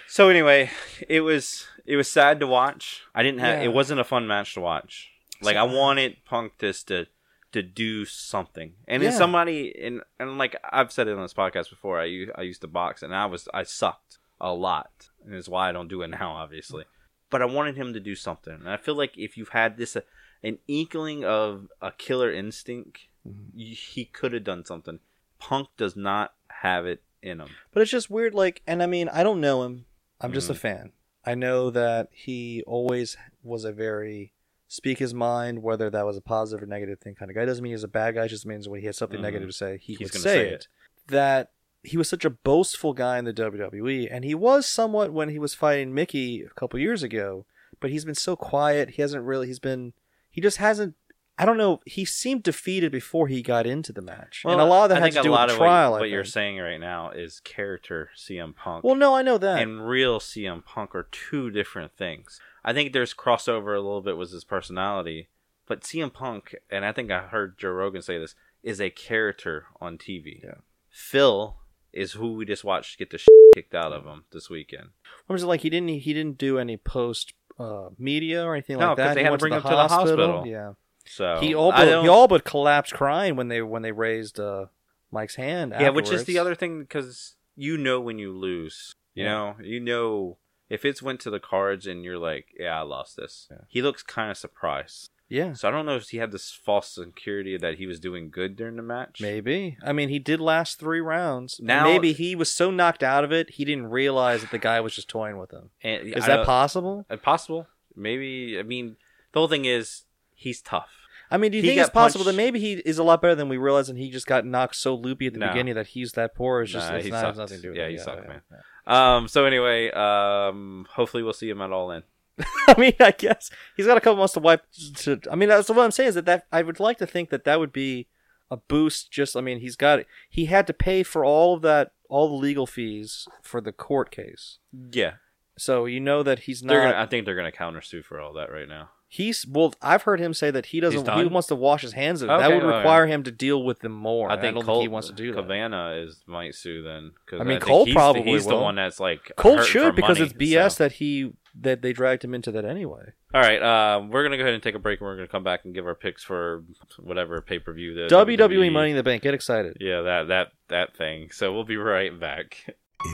S1: So anyway, it was it was sad to watch. I didn't have
S2: Yeah.
S1: it wasn't a fun match to watch. Like I wanted Punk just to to do something. And then
S2: Yeah.
S1: somebody and and like I've said it on this podcast before, I u- I used to box and I was I sucked a lot. And it's why I don't do it now obviously. But I wanted him to do something. And I feel like if you've had this uh, an inkling of a killer instinct,
S2: Mm-hmm.
S1: y he could have done something. Punk does not have it in him.
S2: But it's just weird, like, and I mean, I don't know him. I'm just a
S1: Mhm.
S2: fan. I know that he always was a very speak his mind, whether that was a positive or negative thing kind of guy. doesn't mean he's a bad guy. It just means when he had something
S1: Mhm.
S2: negative to say, he
S1: He's
S2: would
S1: gonna
S2: say,
S1: say
S2: it.
S1: it.
S2: That he was such a boastful guy in the WWE, and he was somewhat when he was fighting Mickey a couple years ago. But he's been so quiet. He hasn't really. He's been. He just hasn't. I don't know. He seemed defeated before he got into the match, and a lot of that
S1: I
S2: had
S1: think
S2: to do
S1: a lot
S2: with
S1: of
S2: trial.
S1: What,
S2: I
S1: what you're
S2: think.
S1: saying right now is character CM Punk
S2: Well, no, I know that.
S1: and real CM Punk are two different things. I think there's crossover a little bit with his personality, but CM Punk, and I think I heard Joe Rogan say this, is a character on TV.
S2: Yeah.
S1: Phil is who we just watched get the sh- kicked out of him this weekend.
S2: What was it like? He didn't. He didn't do any post uh, media or anything
S1: No,
S2: like
S1: 'cause
S2: that.
S1: they
S2: He
S1: had to
S2: went
S1: bring him to the hospital.
S2: Yeah,
S1: So
S2: he all
S1: I
S2: but,
S1: don't-
S2: he all but collapsed crying when they when they raised uh, Mike's hand.
S1: yeah, which is the
S2: afterwards.
S1: other thing because you know when you lose, you
S2: Yeah.
S1: know, you know if it's went to the cards and you're like, yeah, I lost this.
S2: Yeah.
S1: He looks kind of surprised.
S2: Yeah,
S1: So I don't know if he had this false security that he was doing good during the match.
S2: maybe. I mean, he did last three rounds.
S1: Now-
S2: Now maybe he was so knocked out of it, he didn't realize that the guy was just toying with him.
S1: And
S2: Is
S1: I
S2: that
S1: don't-
S2: possible?
S1: uh, possible? Maybe. I mean, the whole thing is he's tough.
S2: I mean, do you
S1: He
S2: think it's
S1: got
S2: possible
S1: punched-
S2: that maybe he is a lot better than we realize, and he just got knocked so loopy at the
S1: No.
S2: beginning that he's that poor? It's just
S1: Nah,
S2: it's
S1: he
S2: not has
S1: sucked.
S2: nothing to do with
S1: Yeah,
S2: it.
S1: he sucked, man. Um. So anyway, um. Hopefully we'll see him at all in.
S2: I mean, I guess he's got a couple months to wipe. To, I mean, that's what I'm saying is that, that I would like to think that that would be a boost. Just, I mean, he's got he had to pay for all of that, all the legal fees for the court case.
S1: Yeah.
S2: So you know that he's
S1: They're
S2: not.
S1: gonna. I think they're gonna counter sue for all that right now.
S2: He's well. I've heard him say that he doesn't. He
S1: done?
S2: wants to wash his hands of it. that
S1: Okay,
S2: would
S1: okay.
S2: require him to deal with them more.
S1: I think
S2: don't
S1: Colt
S2: think he wants to do that.
S1: Cabana is might sue then. 'cause
S2: I mean,
S1: think
S2: Cole
S1: he's
S2: probably
S1: the, he's the
S2: will.
S1: one that's like
S2: Colt
S1: hurting
S2: should
S1: for
S2: because
S1: money,
S2: it's BS
S1: so.
S2: that he that they dragged him into that anyway.
S1: All right, um, we're gonna go ahead and take a break, and we're gonna come back and give our picks for whatever pay per view that
S2: WWE, E Money in the Bank. Get excited.
S1: Yeah, that that that thing. So we'll be right back.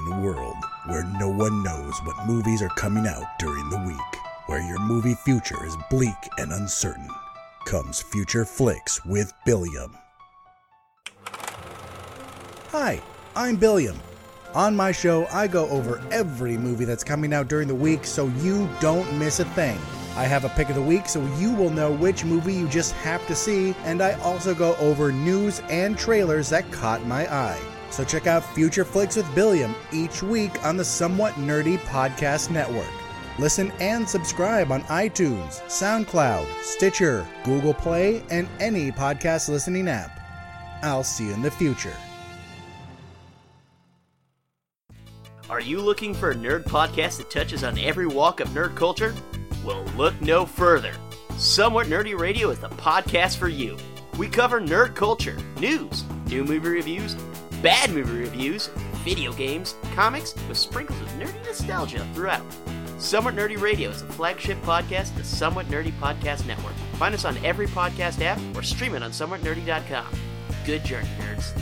S3: In a world where no one knows what movies are coming out during the week, where your movie future is bleak and uncertain, comes Future Flicks with Billiam. Hi, I'm Billiam. On my show, I go over every movie that's coming out during the week so you don't miss a thing. I have a pick of the week so you will know which movie you just have to see, and I also go over news and trailers that caught my eye. So check out Future Flicks with Billiam each week on the Somewhat Nerdy Podcast Network. Listen and subscribe on iTunes, SoundCloud, Stitcher, Google Play, and any podcast listening app. I'll see you in the future.
S4: Are you looking for a nerd podcast that touches on every walk of nerd culture? Well, look no further. Somewhat Nerdy Radio is the podcast for you. We cover nerd culture, news, new movie reviews, bad movie reviews, video games, comics, with sprinkles of nerdy nostalgia throughout. Somewhat Nerdy Radio is a flagship podcast of the Somewhat Nerdy Podcast Network. Find us on every podcast app or stream it on somewhatnerdy.com. Good journey, nerds.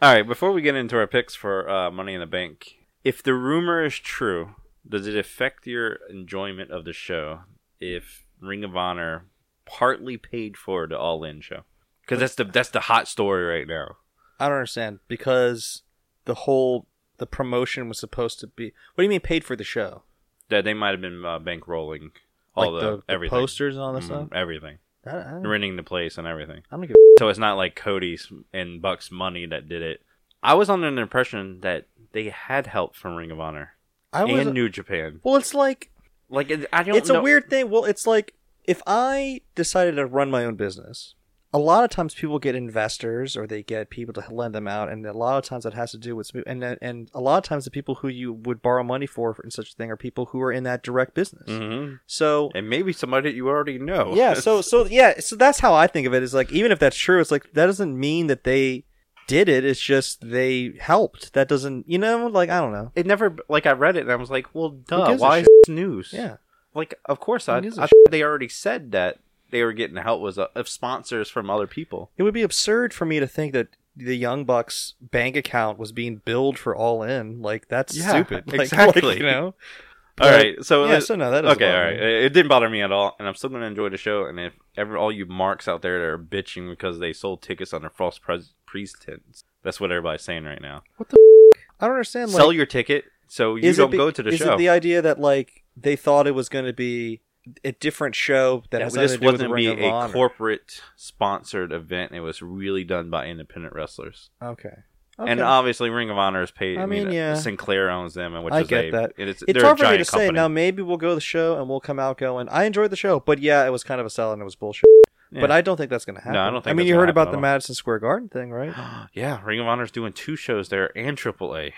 S1: All right, before we get into our picks for uh, Money in the Bank, if the rumor is true, does it affect your enjoyment of the show if Ring of Honor partly paid for the All In show? Because that's the that's the hot story right now.
S2: I don't understand because the whole the promotion was supposed to be. What do you mean paid for the show?
S1: That they might have been uh, bankrolling all
S2: like
S1: the,
S2: the, the
S1: everything,
S2: posters and all that
S1: Mhm,
S2: stuff.
S1: everything,
S2: I, I don't,
S1: renting the place and everything.
S2: I don't give
S1: So it's not like Cody's and Buck's money that did it. I was under the impression that they had help from Ring of Honor
S2: a- I was
S1: and New Japan.
S2: well. It's like
S1: Like it- I don't.
S2: it's
S1: know-
S2: a weird thing. Well, it's like if I decided to run my own business, a lot of times people get investors or they get people to lend them out, and a lot of times that has to do with and and a lot of times the people who you would borrow money for in such a thing are people who are in that direct business.
S1: Mhm.
S2: So
S1: And maybe somebody that you already know.
S2: yeah, so so yeah, so that's how I think of it. Is like even if that's true, it's like that doesn't mean that they did it. It's just they helped. That doesn't, you know, like I don't know.
S1: it never like I read it and I was like, well, duh.
S2: gives a
S1: Why is
S2: shit?
S1: this news?
S2: Yeah,
S1: Like of course I. I
S2: Who gives a
S1: thought they already said that they were getting help was uh, of sponsors from other people.
S2: it would be absurd for me to think that the Young Bucks bank account was being billed for All In. Like that's
S1: Yeah,
S2: stupid. Like-
S1: exactly.
S2: like, you know.
S1: All
S2: But-
S1: right, so
S2: yeah,
S1: uh,
S2: so no, that doesn't
S1: okay, all
S2: bother
S1: right.
S2: me.
S1: It it didn't bother me at all, and I'm still going to enjoy the show. And if ever all you marks out there that are bitching because they sold tickets under false pres- pretense, that's what everybody's saying right now.
S2: I don't understand. Like,
S1: Sell your ticket so you
S2: is it
S1: don't
S2: be-
S1: go to the
S2: is
S1: show.
S2: it the idea that like they thought it was going to be a different show that
S1: That
S2: has
S1: this
S2: nothing to do with
S1: wasn't
S2: Ring
S1: be
S2: of
S1: a
S2: Honor?
S1: corporate sponsored event. It was really done by independent wrestlers,
S2: Okay.
S1: and
S2: Okay.
S1: obviously Ring of Honor is paid.
S2: I mean, yeah.
S1: Sinclair owns them, and which
S2: I
S1: is
S2: get
S1: a,
S2: that.
S1: and it's,
S2: it's
S1: they're a
S2: hard for me
S1: giant
S2: to
S1: company.
S2: say. Now maybe we'll go to the show and we'll come out going, I enjoyed the show, but yeah, it was kind of a sell and it was bullshit. But
S1: Yeah.
S2: I don't think that's going to happen.
S1: I don't think
S2: I mean,
S1: that's
S2: you
S1: gonna
S2: heard
S1: happen
S2: about
S1: at
S2: the
S1: all.
S2: Madison Square Garden thing, right?
S1: yeah, Ring of Honor's doing two shows there and AAA.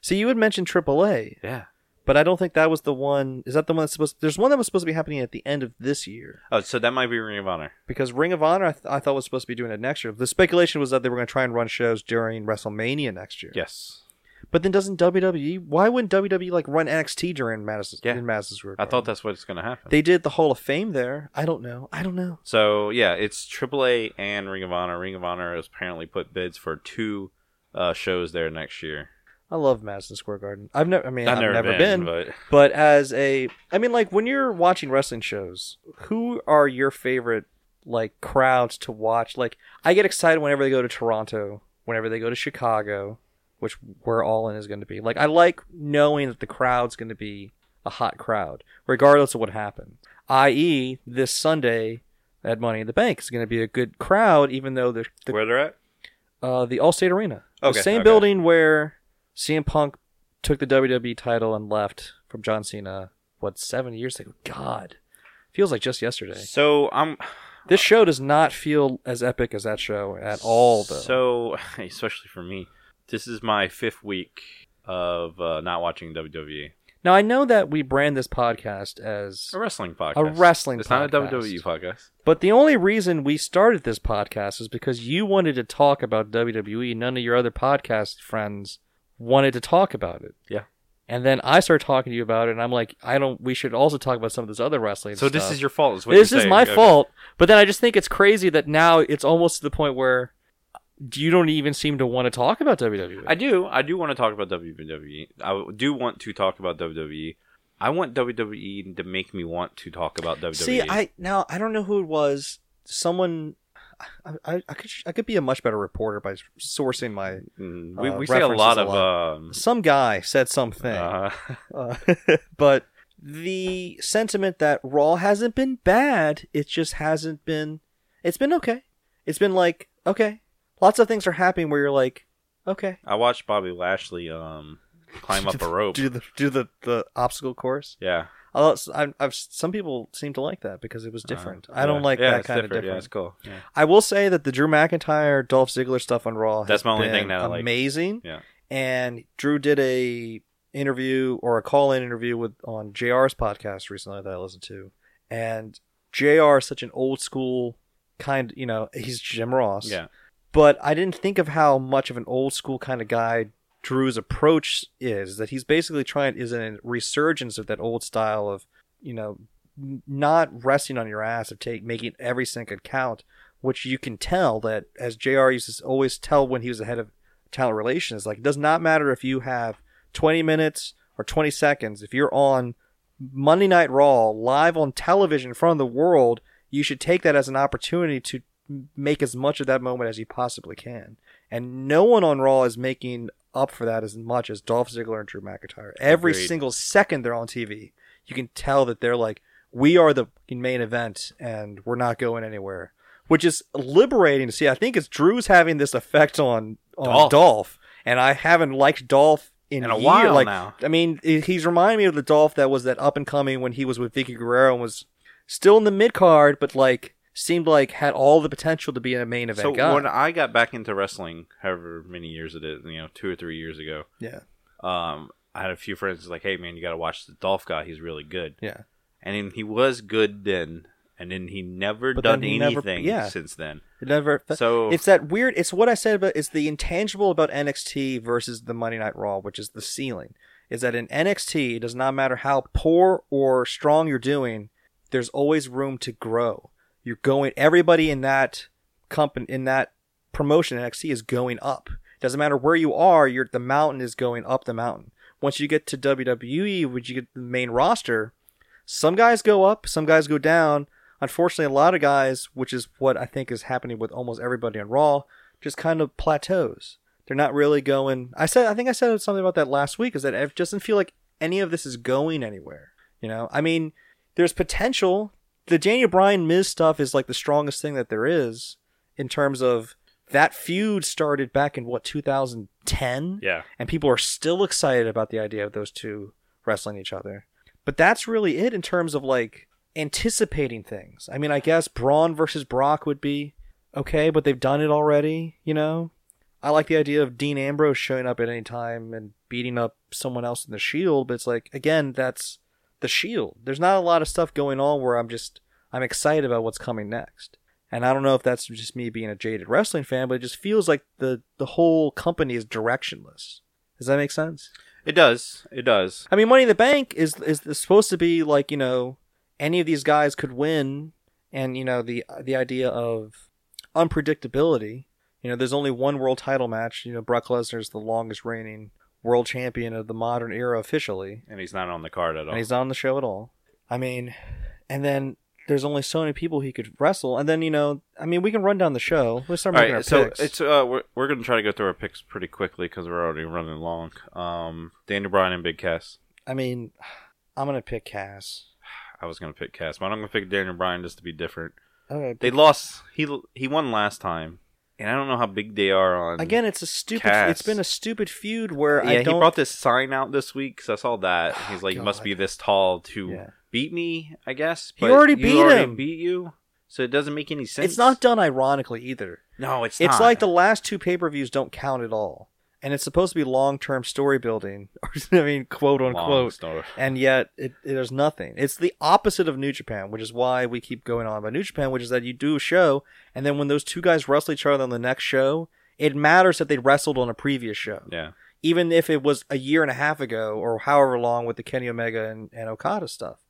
S2: so you had mentioned AAA,
S1: Yeah.
S2: but I don't think that was the one. Is that the one that's supposed? There's one that was supposed to be happening at the end of this year
S1: Oh, so that might be Ring of Honor.
S2: because Ring of Honor, I, th- I thought was supposed to be doing it next year. The speculation was that they were going to try and run shows during WrestleMania next year.
S1: Yes.
S2: But then doesn't WWE? Why wouldn't WWE like run NXT during Madison?
S1: Yeah.
S2: In Madison Square
S1: I
S2: Garden?
S1: thought that's what's going to happen.
S2: they did the Hall of Fame there. I don't know. I don't know.
S1: so yeah, it's AAA and Ring of Honor. Ring of Honor has apparently put bids for two uh, shows there next year.
S2: I love Madison Square Garden. I've never, I mean, I've,
S1: I've
S2: never,
S1: never been,
S2: been, but...
S1: but-
S2: as a, I mean, like when you're watching wrestling shows, who are your favorite like crowds to watch? Like, I get excited whenever they go to Toronto, whenever they go to Chicago, which where All In is going to be. Like, I like knowing that the crowd's going to be a hot crowd, regardless of what happened. I.e., this Sunday at Money in the Bank is going to be a good crowd, even though the, the
S1: Where they're at?
S2: uh, the Allstate Arena.
S1: Okay,
S2: the same
S1: okay.
S2: building where CM Punk took the WWE title and left from John Cena, what, seven years ago? God. Feels like just yesterday.
S1: So I'm
S2: This show does not feel as epic as that show at all, though.
S1: So especially for me, this is my fifth week of uh, not watching WWE.
S2: Now I know that we brand this podcast as
S1: A wrestling podcast.
S2: a wrestling
S1: It's
S2: podcast.
S1: not a WWE podcast.
S2: But the only reason we started this podcast is because you wanted to talk about WWE. None of your other podcast friends wanted to talk about it.
S1: Yeah.
S2: And then I started talking to you about it, and I'm like, I don't. We should also talk about some of this other wrestling.
S1: So this
S2: stuff.
S1: is your fault. Is what
S2: This
S1: you're
S2: is
S1: saying.
S2: my
S1: Okay.
S2: fault. But then I just think it's crazy that now it's almost to the point where you don't even seem to want to talk about E. WWE.
S1: I do. I do want to talk about WWE. I do want to talk about WWE. I want WWE to make me want to talk about E. WWE.
S2: See, I now I don't know who it was. Someone, I, I, I could I could be a much better reporter by sourcing my.
S1: Mm, we,
S2: uh,
S1: we say a
S2: references
S1: lot
S2: a
S1: of um,
S2: Some guy said something,
S1: uh,
S2: uh, but the sentiment that Raw hasn't been bad. It just hasn't been. It's been okay. It's been like okay. Lots of things are happening where you're like, okay.
S1: I watched Bobby Lashley um, climb up a rope.
S2: Do the do the, the obstacle course.
S1: Yeah,
S2: Although s- I'm, I've some people seem to like that because it was different.
S1: Uh,
S2: I don't
S1: yeah.
S2: like
S1: Yeah,
S2: that
S1: it's
S2: kind of
S1: different. Yeah,
S2: difference.
S1: it's cool. Yeah.
S2: I will say that the Drew McIntyre, Dolph Ziggler stuff on Raw. has
S1: That's my only
S2: been
S1: thing that I like.
S2: Amazing.
S1: Yeah.
S2: And Drew did a interview or a call in interview with on JR's podcast recently that I listened to, and JR is such an old school kind. You know, he's Jim Ross.
S1: Yeah.
S2: But I didn't think of how much of an old school kind of guy Drew's approach is. That he's basically trying is a resurgence of that old style of you know n- not resting on your ass of take making every second count, which you can tell that as JR used to always tell when he was the head of talent relations, like it does not matter if you have 20 minutes or 20 seconds, if you're on Monday Night Raw live on television in front of the world, you should take that as an opportunity to m- make as much of that moment as you possibly can. And no one on Raw is making up for that as much as Dolph Ziggler and Drew McIntyre. Every
S1: Agreed.
S2: single second they're on TV, you can tell that they're like, we are the main event and we're not going anywhere, which is liberating to see. I think it's Drew's having this effect on, on
S1: Dolph.
S2: Dolph. And I haven't liked Dolph in,
S1: In a
S2: year-
S1: while
S2: like,
S1: now.
S2: I mean, i- he's reminding me of the Dolph that was that up and coming when he was with Vicky Guerrero and was still in the mid card, but like seemed like had all the potential to be a main event
S1: So
S2: guy.
S1: when I got back into wrestling, however many years it is, you know, two or three years ago,
S2: yeah,
S1: um, I had a few friends like, "Hey, man, you got to watch the Dolph guy. He's really good."
S2: yeah.
S1: And then he was good then, and then he never
S2: But
S1: done
S2: then he
S1: anything
S2: never- yeah.
S1: since then.
S2: It never.
S1: So-
S2: it's that weird. It's what I said about. It's the intangible about NXT versus the Monday Night Raw, which is the ceiling. Is that in NXT, it does not matter how poor or strong you're doing, there's always room to grow. You're going. Everybody in that company in that promotion NXT is going up. Doesn't matter where you are, you're the mountain is going up the mountain. Once you get to WWE, which you get the main roster, some guys go up, some guys go down. Unfortunately, a lot of guys, which is what I think is happening with almost everybody on Raw, just kind of plateaus. They're not really going. I said, I think I said something about that last week. Is that it doesn't feel like any of this is going anywhere. You know, I mean, there's potential. The Daniel Bryan Miz stuff is like the strongest thing that there is in terms of that feud started back in what 2010
S1: Yeah.
S2: and people are still excited about the idea of those two wrestling each other. But that's really it in terms of like anticipating things. I mean, I guess Braun versus Brock would be okay, but they've done it already, you know? I like the idea of Dean Ambrose showing up at any time and beating up someone else in the Shield, but it's like, again, that's the Shield. There's not a lot of stuff going on where I'm just, I'm excited about what's coming next. And I don't know if that's just me being a jaded wrestling fan, but it just feels like the, the whole company is directionless. Does that make sense?
S1: It does. It does.
S2: I mean, Money in the Bank is is supposed to be like you know any of these guys could win, and you know the the idea of unpredictability. You know, there's only one world title match. You know, Brock Lesnar is the longest reigning world champion of the modern era officially,
S1: And he's not on the card at all.
S2: and he's not on the show at all. I mean, and then there's only so many people he could wrestle, and then you know, I mean, we can run down the show. Let's start
S1: All
S2: making
S1: right,
S2: our
S1: so
S2: picks.
S1: it's uh, we're we're gonna try to go through our picks pretty quickly because we're already running long. Um, Daniel Bryan and Big Cass.
S2: I mean, I'm gonna pick Cass.
S1: I was gonna pick Cass, but I'm gonna pick Daniel Bryan just to be different.
S2: Okay,
S1: They lost. He he won last time, and I don't know how big they are on.
S2: Again, it's a stupid.
S1: Cass.
S2: It's been a stupid feud where
S1: yeah,
S2: I
S1: he
S2: don't. Oh,
S1: brought this sign out this week because I saw that. He's like, "You must
S2: God.
S1: be this tall to
S2: Yeah.
S1: beat me." I guess
S2: He already
S1: you
S2: beat him.
S1: Beat you, so it doesn't make any sense.
S2: it's not done ironically either.
S1: No, it's
S2: It's
S1: not.
S2: like the last two pay per views don't count at all. and it's supposed to be long term story building. I mean, quote
S1: Long
S2: unquote.
S1: story.
S2: And yet, it, it is nothing. It's the opposite of New Japan, which is why we keep going on about New Japan, which is that you do a show, and then when those two guys wrestle each other on the next show, it matters that they wrestled on a previous show,
S1: Yeah.
S2: even if it was a year and a half ago or however long with the Kenny Omega and, and Okada stuff.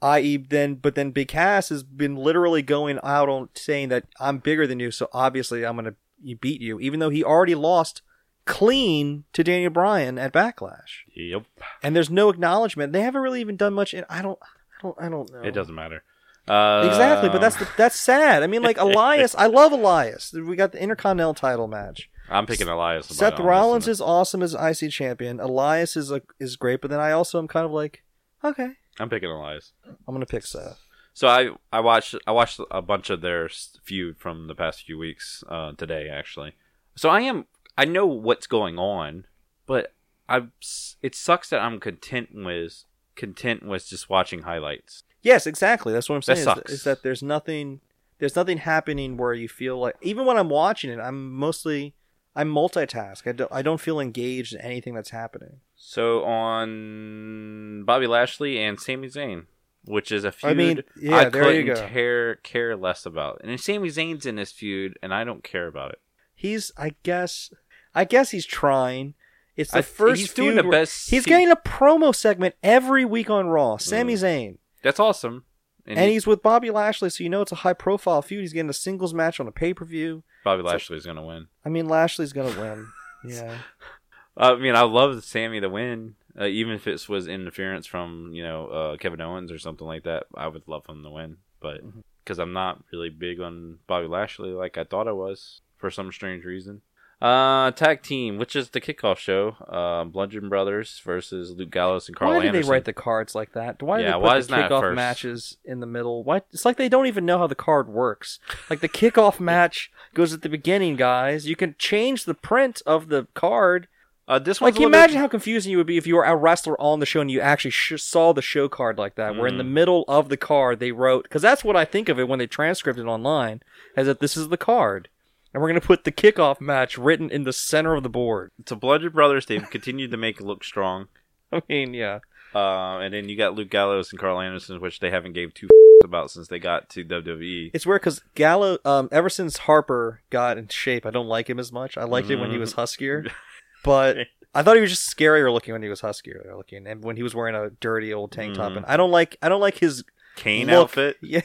S2: I.e., then, but then Big Cass has been literally going out on saying that I'm bigger than you, so obviously I'm going to beat you, even though he already lost clean to Daniel Bryan at Backlash
S1: Yep.
S2: and there's no acknowledgement. They haven't really even done much. And I don't, I don't, I don't know.
S1: It doesn't matter. Uh,
S2: exactly, but that's the, that's sad. I mean, like Elias, I love Elias. We got the Intercontinental title match.
S1: I'm picking Elias. about
S2: Seth
S1: all this,
S2: Rollins
S1: isn't
S2: is awesome as IC champion. Elias is a, is great, but then I also am kind of like, okay,
S1: it? I'm picking Elias.
S2: I'm gonna pick Seth.
S1: So I I watched I watched a bunch of their s- feud from the past few weeks uh, today actually. So I am I know what's going on, but I it sucks that I'm content with content with just watching highlights.
S2: Yes, exactly. That's what I'm
S1: That
S2: saying. is
S1: sucks.
S2: Is, that there's nothing, there's nothing happening where you feel like even when I'm watching it, I'm mostly. I multitask. I don't, I don't feel engaged in anything that's happening.
S1: So on Bobby Lashley and Sami Zayn, which is a feud
S2: I
S1: I,
S2: mean, yeah, there you
S1: couldn't
S2: go.
S1: care care less about. And Sami Zayn's in this feud, and I don't care about it.
S2: he's I guess I guess he's trying. It's the
S1: I-
S2: first
S1: he's doing
S2: feud
S1: the
S2: where-
S1: best
S2: He's
S1: he-
S2: getting a promo segment every week on Raw.
S1: Mm.
S2: Sami Zayn.
S1: That's awesome.
S2: And, he's with Bobby Lashley, so you know it's a high profile feud. He's getting a singles match on a pay per view.
S1: Bobby Lashley's gonna win.
S2: I mean Lashley's gonna win. yeah.
S1: I mean, I love Sammy to win, uh, even if it was interference from you know uh, Kevin Owens or something like that. I would love him to win, but
S2: Mm-hmm.
S1: because I'm not really big on Bobby Lashley like I thought I was for some strange reason. Uh, tag team, which is the kickoff show, uh, Bludgeon Brothers versus Luke Gallows and Carl
S2: why do
S1: Anderson.
S2: they write the cards like that? Why do
S1: Yeah,
S2: they put
S1: why
S2: the
S1: isn't that
S2: kickoff
S1: first?
S2: matches in the middle? Why it's like they don't even know how the card works. Like the kickoff match goes at the beginning, guys. You can change the print of the card
S1: uh, this
S2: Like,
S1: one's
S2: can
S1: a
S2: you
S1: little
S2: imagine how confusing you would be if you were a wrestler on the show and you actually sh- saw the show card like that, where in the middle of the card they wrote, because that's what I think of it when they transcript it online, as if this is the card. And we're going to put the kickoff match written in the center of the board.
S1: bit- to Bludgeon Brothers. They've continued to make it look strong.
S2: I mean, yeah.
S1: Uh, and then you got Luke Gallows and Carl Anderson, which they haven't gave two about since they got to E. WWE.
S2: It's weird because Gallo, um, ever since Harper got in shape, I don't like him as much. I liked him when he was huskier, but I thought he was just scarier looking when he was huskier looking, and when he was wearing a dirty old tank top. And I don't like, I don't like his
S1: Kane
S2: look.
S1: outfit.
S2: Yeah,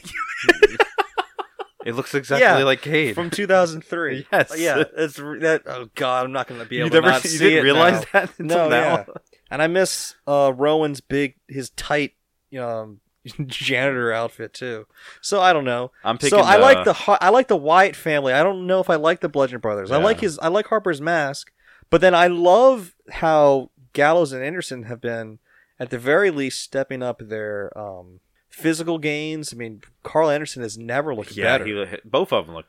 S1: It looks exactly
S2: Yeah,
S1: like Kane.
S2: from 2003.
S1: Yes.
S2: yeah. It's re- that. Oh God, I'm not gonna be
S1: you
S2: able.
S1: never
S2: to not
S1: you
S2: see
S1: didn't
S2: it
S1: realize
S2: now.
S1: that until
S2: No,
S1: now.
S2: yeah. And I miss uh, Rowan's big, his tight, um, janitor outfit too. So I don't know.
S1: I'm
S2: so
S1: picking
S2: I
S1: the-
S2: like the Har- I like the Wyatt family. I don't know if I like the Bludgeon Brothers. I
S1: Yeah.
S2: like his. I like Harper's mask. But then I love how Gallows and Anderson have been, at the very least, stepping up their um, physical gains. I mean, Carl Anderson has never looked
S1: Yeah,
S2: better.
S1: he look- both of them look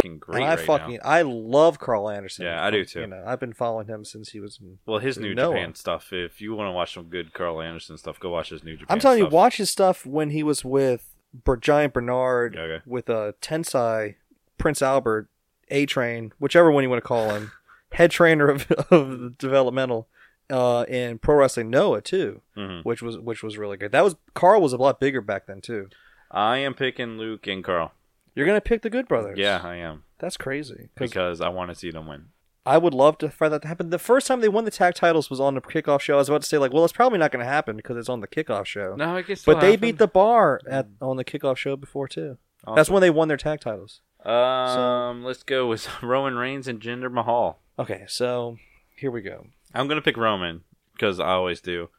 S1: fucking great.
S2: and I
S1: right
S2: fucking
S1: now.
S2: I love Carl Anderson.
S1: Yeah, I do too.
S2: You know, I've been following him since he was. in-
S1: Well, his New
S2: Noah.
S1: Japan stuff. If you want to watch some good Carl Anderson stuff, go watch his New Japan.
S2: I'm telling
S1: stuff.
S2: you, watch his stuff when he was with Br- Giant Bernard
S1: Okay.
S2: with uh, Tensai, Prince Albert, A Train, whichever one you want to call him, head trainer of, of the developmental, uh, and Pro Wrestling Noah too,
S1: Mhm.
S2: which was which was really good. That was Carl was a lot bigger back then too.
S1: I am picking Luke and Carl.
S2: You're gonna pick the Good Brothers.
S1: Yeah, I am
S2: that's crazy. 'Cause
S1: because I want to see them win.
S2: I would love to for that to happen. The first time they won the tag titles was on the kickoff show. I was about to say like, well, it's probably not going to happen because it's on the kickoff show.
S1: No, it gets.
S2: but they beat the bar
S1: Mm.
S2: at on the kickoff show before too. That's when they won their tag titles.
S1: Um, let's go with Roman Reigns and Jinder Mahal.
S2: Okay, so here we go.
S1: I'm gonna pick Roman because I always do.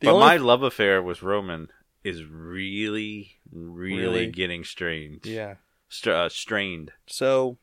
S2: The
S1: but
S2: only-
S1: my love affair with Roman is really, really,
S2: Really?
S1: getting strained.
S2: Yeah.
S1: Str- uh, strained.
S2: So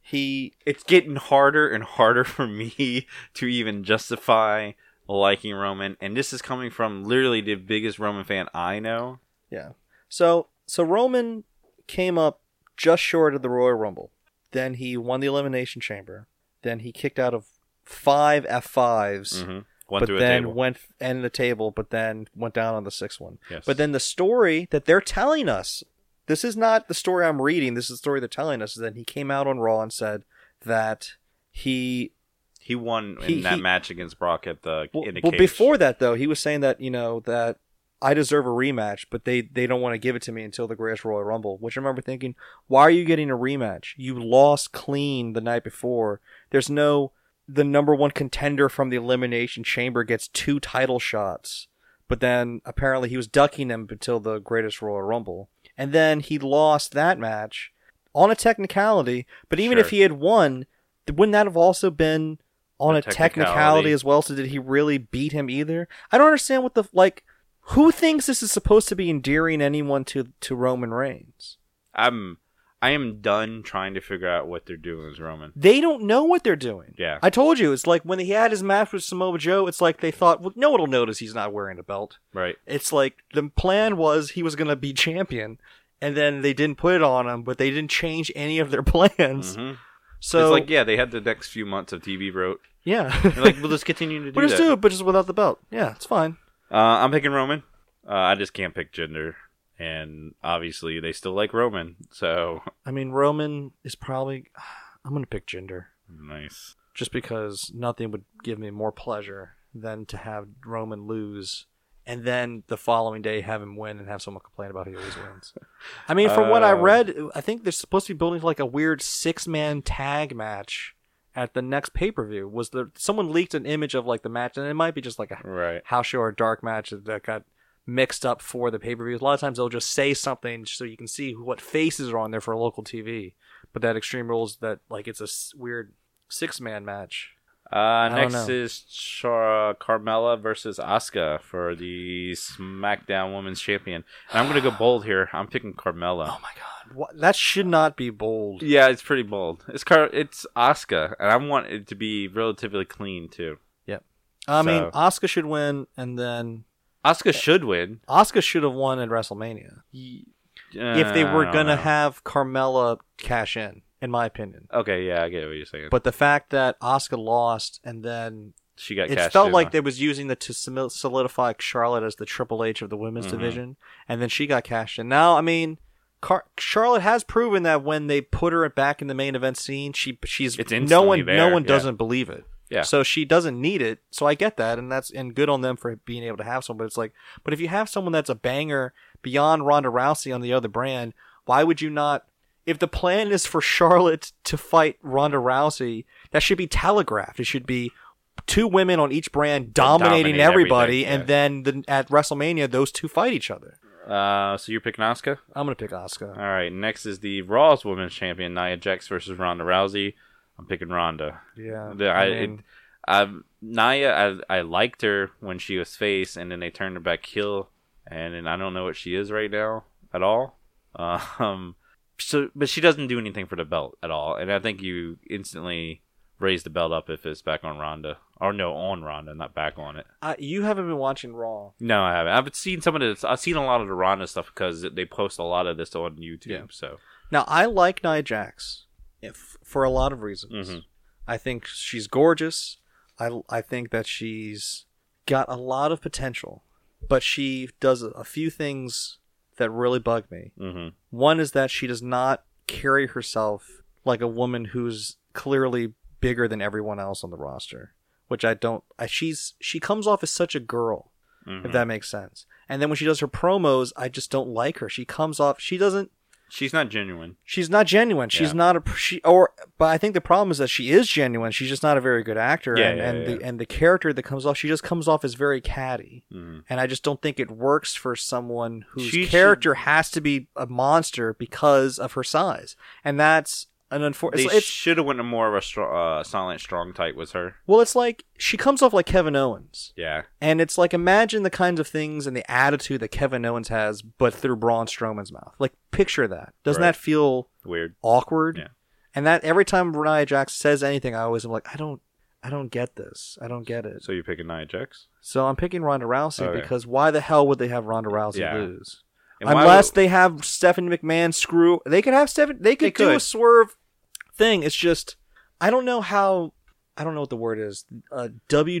S2: he
S1: it's getting harder and harder for me to even justify liking Roman. And this is coming from literally the biggest Roman fan I know.
S2: yeah. So so Roman came up just short of the Royal Rumble. Then he won the elimination chamber. Then he kicked out of five F5s.
S1: One
S2: but
S1: Mm-hmm. through
S2: then
S1: a table.
S2: went and the table, but then went down on the sixth one.
S1: Yes.
S2: But then the story that they're telling us, this is not the story I'm reading. This is the story they're telling us. Is that he came out on Raw and said that he
S1: He won in
S2: He-
S1: that
S2: he-
S1: match against Brock at the
S2: Well,
S1: uh, in a
S2: well,
S1: cage.
S2: before that though, he was saying that you know that I deserve a rematch, but they they don't want to give it to me until the Greatest Royal Rumble. Which I remember thinking, why are you getting a rematch? You lost clean the night before. There's no the number one contender from the Elimination Chamber gets two title shots, but then apparently he was ducking them until the Greatest Royal Rumble, and then he lost that match on a technicality. But even if
S1: Sure.
S2: he had won, th- wouldn't that have also been on
S1: A
S2: a technicality.
S1: technicality.
S2: as well. So did he really beat him either? I don't understand what the like. Who thinks this is supposed to be endearing anyone to to Roman Reigns?
S1: I'm I am done trying to figure out what they're doing with Roman.
S2: They don't know what they're doing.
S1: Yeah.
S2: I told you it's like when he had his match with Samoa Joe. It's like they thought, well, no one will notice he's not wearing a belt.
S1: Right.
S2: It's like the plan was he was going to be champion, and then they didn't put it on him, but they didn't change any of their plans.
S1: hmm
S2: Mm-hmm. So
S1: it's like yeah, they had the next few months of TV road.
S2: yeah,
S1: They're like we'll just continue to do
S2: we just
S1: that.
S2: do it, but just without the belt. Yeah, it's fine.
S1: Uh, I'm picking Roman. Uh, I just can't pick gender, and obviously they still like Roman. So
S2: I mean, Roman is probably. I'm going to pick gender
S1: nice.
S2: just because nothing would give me more pleasure than to have Roman lose and then the following day have him win and have someone complain about he always wins. I mean, from what I
S1: Uh.
S2: read, I think they're supposed to be building like a weird six man tag match at the next pay per view. Was there someone leaked an image of like the match, and it might be just like a
S1: Right.
S2: house show or dark match that got mixed up for the pay per view. A lot of times they'll just say something so you can see who- what faces are on there for local TV. But that Extreme Rules, that like it's a s- weird six man match.
S1: Uh,
S2: don't
S1: next
S2: know.
S1: is Char- Carmella versus Asuka for the SmackDown Women's Champion. And I'm gonna go bold here. I'm picking Carmella.
S2: Oh my god, what? that should not be bold.
S1: Yeah, it's pretty bold. It's Car. It's Asuka, and I want it to be relatively clean too.
S2: I mean,
S1: So-
S2: Oscar should win, and then
S1: Asuka should win Uh,
S2: Oscar should have won at WrestleMania if they were gonna have Carmella cash in, in my opinion.
S1: Okay, yeah, I get what you're saying. But
S2: But the fact that Oscar lost and then
S1: she got.
S2: it
S1: cashed
S2: felt
S1: in
S2: like
S1: on-
S2: they was using that to simil- solidify Charlotte as the Triple H of the women's
S1: Mhm.
S2: division, and then she got cashed in. Now, I mean, Car- Charlotte has proven that when they put her back in the main event scene, she she's
S1: It's
S2: no
S1: instantly
S2: one no
S1: there,
S2: one
S1: yeah.
S2: doesn't believe it.
S1: Yeah.
S2: So she doesn't need it. So I get that, and that's and good on them for being able to have someone. But it's like, but if you have someone that's a banger beyond Ronda Rousey on the other brand, why would you not? If the plan is for Charlotte to fight Ronda Rousey, that should be telegraphed. It should be two women on each brand dominating
S1: Dominate
S2: everybody,
S1: everything,
S2: and then the, at WrestleMania, those two fight each other.
S1: Uh, so you're picking Asuka.
S2: I'm gonna pick Oscar.
S1: All right. Next is the Raw's Women's Champion Nia Jax versus Ronda Rousey. I'm picking Ronda.
S2: Yeah,
S1: The- I, it- um, Nia, I, I liked her when she was face, and then they turned her back heel, and then I don't know what she is right now at all. Um, so, but she doesn't do anything for the belt at all, and I think you instantly raise the belt up if it's back on Ronda, or no, on Ronda, not back on it.
S2: I, you haven't been watching Raw.
S1: No, I haven't. I've seen some of this. I've seen a lot of the Ronda stuff because they post a lot of this on YouTube.
S2: Yeah.
S1: So
S2: Now I like Nia Jax, if, for a lot of reasons.
S1: Mhm.
S2: I think she's gorgeous. I I think that she's got a lot of potential, but she does a few things that really bug me.
S1: mhm.
S2: One is that she does not carry herself like a woman who's clearly bigger than everyone else on the roster, which I don't. I, she's she comes off as such a girl,
S1: Mhm.
S2: if that makes sense. And then when she does her promos, I just don't like her. She comes off. She doesn't.
S1: she's not genuine.
S2: She's not genuine. She's
S1: Yeah.
S2: not a she or but I think the problem is that she is genuine. She's just not a very good actor
S1: Yeah,
S2: and
S1: yeah,
S2: and
S1: yeah.
S2: the and the character that comes off she just comes off as very catty.
S1: Mhm.
S2: And I just don't think it works for someone whose
S1: She- she-
S2: character has to be a monster because of her size. And that's an
S1: They
S2: unfortunate it's
S1: should have went to more of a str- uh, silent strong type was her.
S2: well it's like she comes off like Kevin Owens.
S1: Yeah.
S2: And it's like imagine the kinds of things and the attitude that Kevin Owens has but through Braun Strowman's mouth. Like picture that. Doesn't
S1: Right.
S2: that feel
S1: Weird.
S2: awkward.
S1: Yeah.
S2: And that every time Nia Jax says anything, I always am like, I don't, I don't get this. I don't get it.
S1: So you're picking Nia Jax?
S2: So I'm picking Ronda Rousey
S1: Okay.
S2: because why the hell would they have Ronda Rousey
S1: Oh, Yeah.
S2: lose?
S1: And why
S2: Unless
S1: would-
S2: they have Stephanie McMahon screw. They could have Stephanie. They could
S1: They
S2: do a
S1: could.
S2: swerve thing. It's just I don't know how. I don't know what the word is. Uh,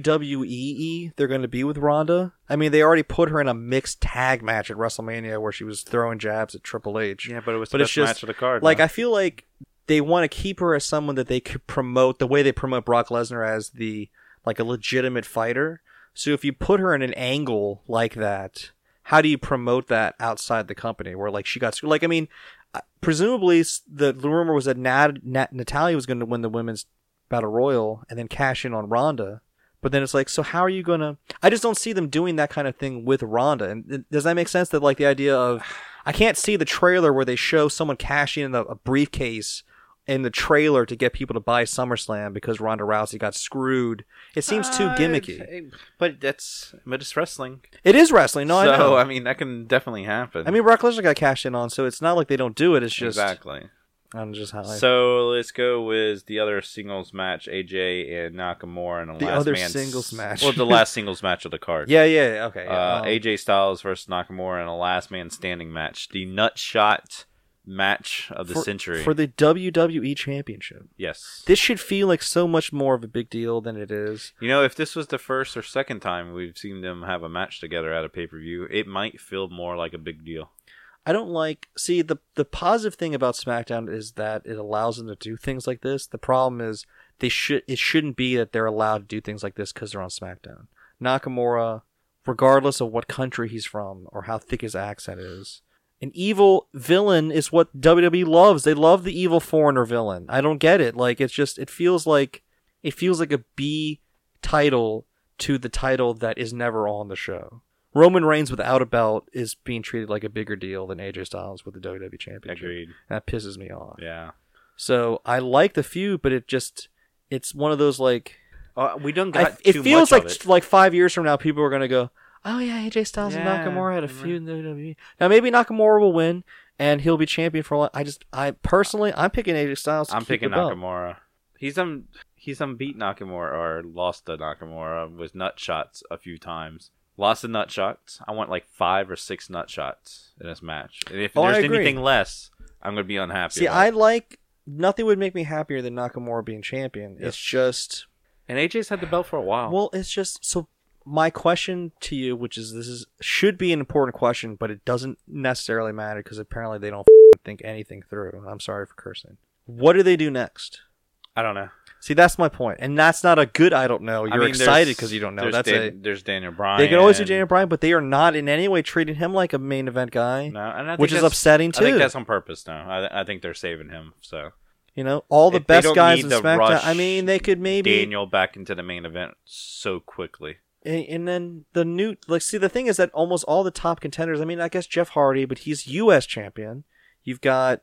S2: WWE. E, They're going to be with Ronda. I mean, they already put her in a mixed tag match at WrestleMania where she was throwing jabs at Triple H
S1: Yeah, but it was
S2: but
S1: the
S2: it's
S1: best
S2: just
S1: match of the card.
S2: like
S1: no?
S2: I feel like they want to keep her as someone that they could promote the way they promote Brock Lesnar as the like a legitimate fighter. So if you put her in an angle like that, how do you promote that outside the company? Where like she got screwed? Like I mean, uh, presumably s- the, the rumor was that Nat, Nat, Natalia was going to win the women's battle royal and then cash in on Ronda. But then it's like, so how are you gonna? I just don't see them doing that kind of thing with Ronda. And th- does that make sense? That like the idea of, I can't see the trailer where they show someone cashing in a, a briefcase in the trailer to get people to buy SummerSlam because Ronda Rousey got screwed. It seems too
S1: Uh,
S2: gimmicky.
S1: it's- But that's but it's wrestling.
S2: It is wrestling. No,
S1: so,
S2: I know.
S1: I mean, that can definitely happen.
S2: I mean, Brock Lesnar got cashed in on, so it's not like they don't do it. It's just
S1: exactly.
S2: I don't know just how I-
S1: So let's go with the other singles match: AJ and Nakamura, and the,
S2: The
S1: last
S2: other
S1: man-
S2: singles match.
S1: Well, the last singles match of the card.
S2: yeah, yeah, yeah, okay. yeah.
S1: Uh,
S2: Um,
S1: AJ Styles versus Nakamura in a last man standing match, the nut shot match of the
S2: for,
S1: century.
S2: for the WWE Championship.
S1: yes,
S2: This should feel like so much more of a big deal than it is.
S1: you know, if this was the first or second time we've seen them have a match together at a pay per view, it might feel more like a big deal.
S2: I don't like. See, the the positive thing about SmackDown is that it allows them to do things like this. The problem is they should. It shouldn't be that they're allowed to do things like this because they're on SmackDown. Nakamura, regardless of what country he's from or how thick his accent is, an evil villain is what WWE loves. They love the evil foreigner villain. I don't get it. Like it's just it feels like it feels like a B title to the title that is never on the show. Roman Reigns without a belt is being treated like a bigger deal than AJ Styles with the WWE Championship.
S1: Agreed.
S2: That pisses me off.
S1: Yeah.
S2: So I like the feud, but it just it's one of those like
S1: Uh, we don't
S2: I, it feels like like five years from now people are gonna go, oh yeah, AJ Styles
S1: Yeah,
S2: and Nakamura had a
S1: remember.
S2: feud in the WWE. Now maybe Nakamura will win and he'll be champion for a while. I just I personally I'm picking AJ Styles. To
S1: I'm
S2: keep
S1: picking
S2: the belt.
S1: Nakamura. He's um he's unbeat Nakamura or lost to Nakamura with nut shots a few times. Lots of nut shots. I want like five or six nut shots in this match. And if
S2: Oh, I
S1: there's
S2: agree.
S1: anything less, I'm gonna be unhappy.
S2: See,
S1: about
S2: I
S1: it.
S2: like nothing would make me happier than Nakamura being champion.
S1: Yes.
S2: It's just
S1: and AJ's had the belt for a while.
S2: well, it's just so. My question to you, which is this is should be an important question, but it doesn't necessarily matter because apparently they don't f- think anything through. I'm sorry for cursing. What do they do next?
S1: I don't know.
S2: See, that's my point, and that's not a good. I don't know.
S1: I
S2: Oh, You're
S1: mean, there's-
S2: excited because you don't know.
S1: There's
S2: That's
S1: Dan- there's Daniel
S2: a.
S1: Bryan.
S2: They can always do Daniel Bryan, but they are not in any way treating him like a main event guy,
S1: No, and I think
S2: which is
S1: that's-
S2: upsetting too.
S1: I think that's on purpose. Now I, I think they're saving him. So
S2: you know, all the
S1: If they
S2: best
S1: don't
S2: guys
S1: need
S2: in
S1: to
S2: SmackDown.
S1: rush
S2: I mean, they could maybe
S1: Daniel back into the main event so quickly.
S2: And, and then the new like see the thing is that almost all the top contenders. I mean, I guess Jeff Hardy, but he's U.S. champion. You've got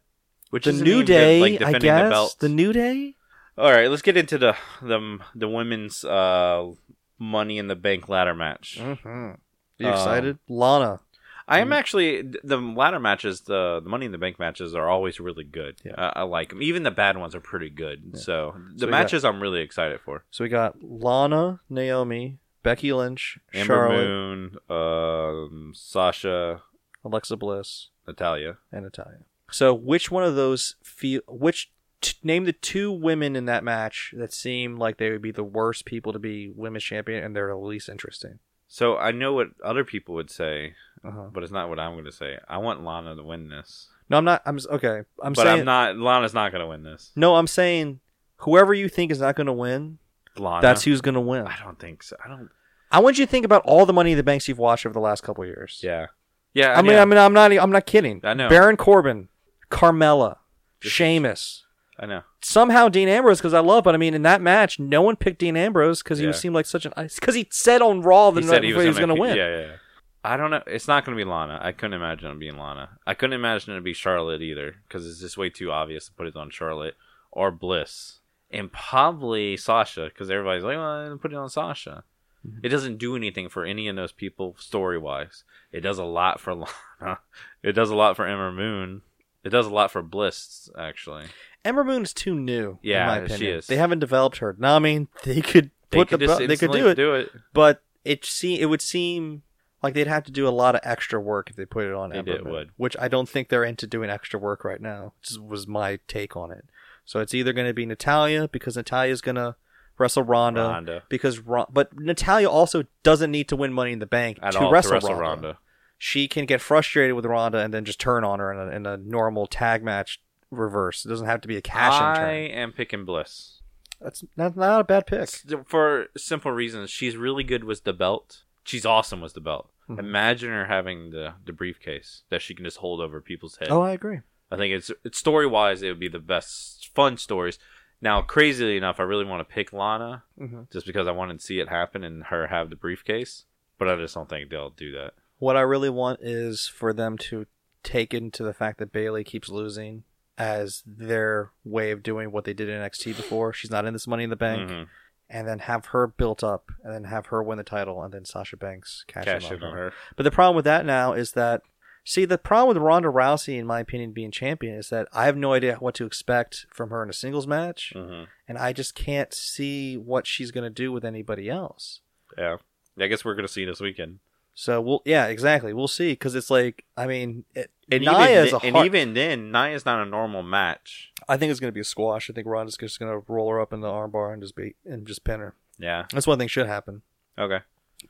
S1: Which
S2: the
S1: isn't
S2: New
S1: even,
S2: Day,
S1: like,
S2: I
S1: defending
S2: guess.
S1: the belt.
S2: New Day.
S1: All right, let's get into the the the women's uh, Money in the Bank ladder match.
S2: Mm-hmm. Are
S1: Um,
S2: Lana.
S1: I am actually the ladder matches, the, the Money in the Bank matches are always really good.
S2: Yeah.
S1: I, I like them. Even the bad ones are pretty good. So
S2: So
S1: the
S2: we got-
S1: matches I'm really excited for.
S2: So we got Lana, Naomi, Becky Lynch,
S1: Amber
S2: Charlotte,
S1: Moon, um, Sasha,
S2: Alexa Bliss,
S1: Natalia.
S2: and Natalia. So which one of those feel? Which t- name the two women in that match that seem like they would be the worst people to be women's champion and they're the least interesting?
S1: So I know what other people would say,
S2: Uh-huh.
S1: but it's not what I'm going to say. I want Lana to win this,
S2: No, I'm not. I'm s- okay. I'm
S1: but
S2: saying
S1: I'm not. Lana's not going to win this.
S2: No, I'm saying whoever you think is not going to win,
S1: Lana.
S2: that's who's going to win.
S1: I don't think so. I don't.
S2: I want you to think about all the money in the banks you've watched over the last couple of years.
S1: Yeah. Yeah.
S2: I mean,
S1: yeah.
S2: I mean, I'm not, e, I'm not kidding.
S1: I know.
S2: Baron Corbin, Carmella,
S1: Just-
S2: Sheamus.
S1: I know.
S2: Somehow Dean Ambrose, because I love, but I mean, in that match, no one picked Dean Ambrose because he
S1: Yeah.
S2: seemed like such an because he said on Raw the
S1: He
S2: night
S1: said he
S2: before
S1: was,
S2: he was going to
S1: gonna-
S2: win.
S1: Yeah, yeah, yeah. I don't know. It's not going to be Lana. I couldn't imagine it being Lana. I couldn't imagine it to be Charlotte either because it's just way too obvious to put it on Charlotte or Bliss and probably Sasha because everybody's like, well, I'm gonna put it on Sasha.
S2: Mm-hmm.
S1: It doesn't do anything for any of those people story wise. It does a lot for Lana. It does a lot for Ember Moon. It does a lot for Bliss actually.
S2: Ember Moon is too new.
S1: Yeah,
S2: in my
S1: she
S2: opinion.
S1: is.
S2: They haven't developed her. Now, I mean, they could
S1: They
S2: put
S1: could
S2: the
S1: just
S2: bu- they could
S1: instantly Do
S2: do it.
S1: it.
S2: but it se- it would seem like they'd have to do a lot of extra work if they put it on
S1: They
S2: Ember
S1: did,
S2: Moon,
S1: would.
S2: which I don't think they're into doing extra work right now. Just was my take on it. So it's either going to be Natalia because Natalia's going to wrestle Ronda,
S1: Ronda.
S2: because Ron- but Natalia also doesn't need to win Money in the Bank
S1: At
S2: to,
S1: all,
S2: wrestle
S1: to wrestle
S2: Ronda.
S1: Ronda.
S2: She can get frustrated with Ronda and then just turn on her in a, in a normal tag match reverse. It doesn't have to be a cash in
S1: I
S2: turn.
S1: am picking Bliss.
S2: That's not, not a bad pick.
S1: S- For simple reasons, she's really good with the belt. She's awesome with the belt.
S2: Mhm.
S1: Imagine her having the, the briefcase that she can just hold over people's heads.
S2: Oh, I agree.
S1: I think it's, it's story wise, it would be the best fun stories. Now, crazily enough, I really want to pick Lana
S2: Mm-hmm.
S1: just because I wanted to see it happen and her have the briefcase, but I just don't think they'll do that.
S2: What I really want is for them to take into the fact that Bailey keeps losing as their way of doing what they did in NXT before. She's not in this Money in the Bank,
S1: Mhm.
S2: and then have her built up, and then have her win the title, and then Sasha Banks cash,
S1: Cash
S2: in on her.
S1: her.
S2: But the problem with that now is that, see, the problem with Ronda Rousey, in my opinion, being champion is that I have no idea what to expect from her in a singles match,
S1: hmm
S2: and I just can't see what she's going to do with anybody else.
S1: Yeah. I guess we're going to see this weekend.
S2: So we'll, yeah, exactly. We'll see because it's like, I mean, it,
S1: And,
S2: Nia
S1: even,
S2: is a
S1: th- and
S2: hard-
S1: even then, Nia's not a normal match.
S2: I think it's going to be a squash. I think Ronda's just going to roll her up in the armbar and just be and just pin her.
S1: Yeah.
S2: That's one thing should happen.
S1: Okay.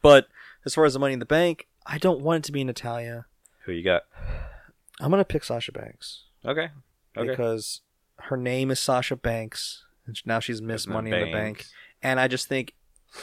S2: But as far as the Money in the Bank, I don't want it to be Natalia.
S1: Who you got?
S2: I'm going to pick Sasha Banks.
S1: Okay. Okay.
S2: because her name is Sasha Banks, and now she's Miss
S1: Isn't it
S2: Money in the Bank.
S1: Banks?
S2: And I just think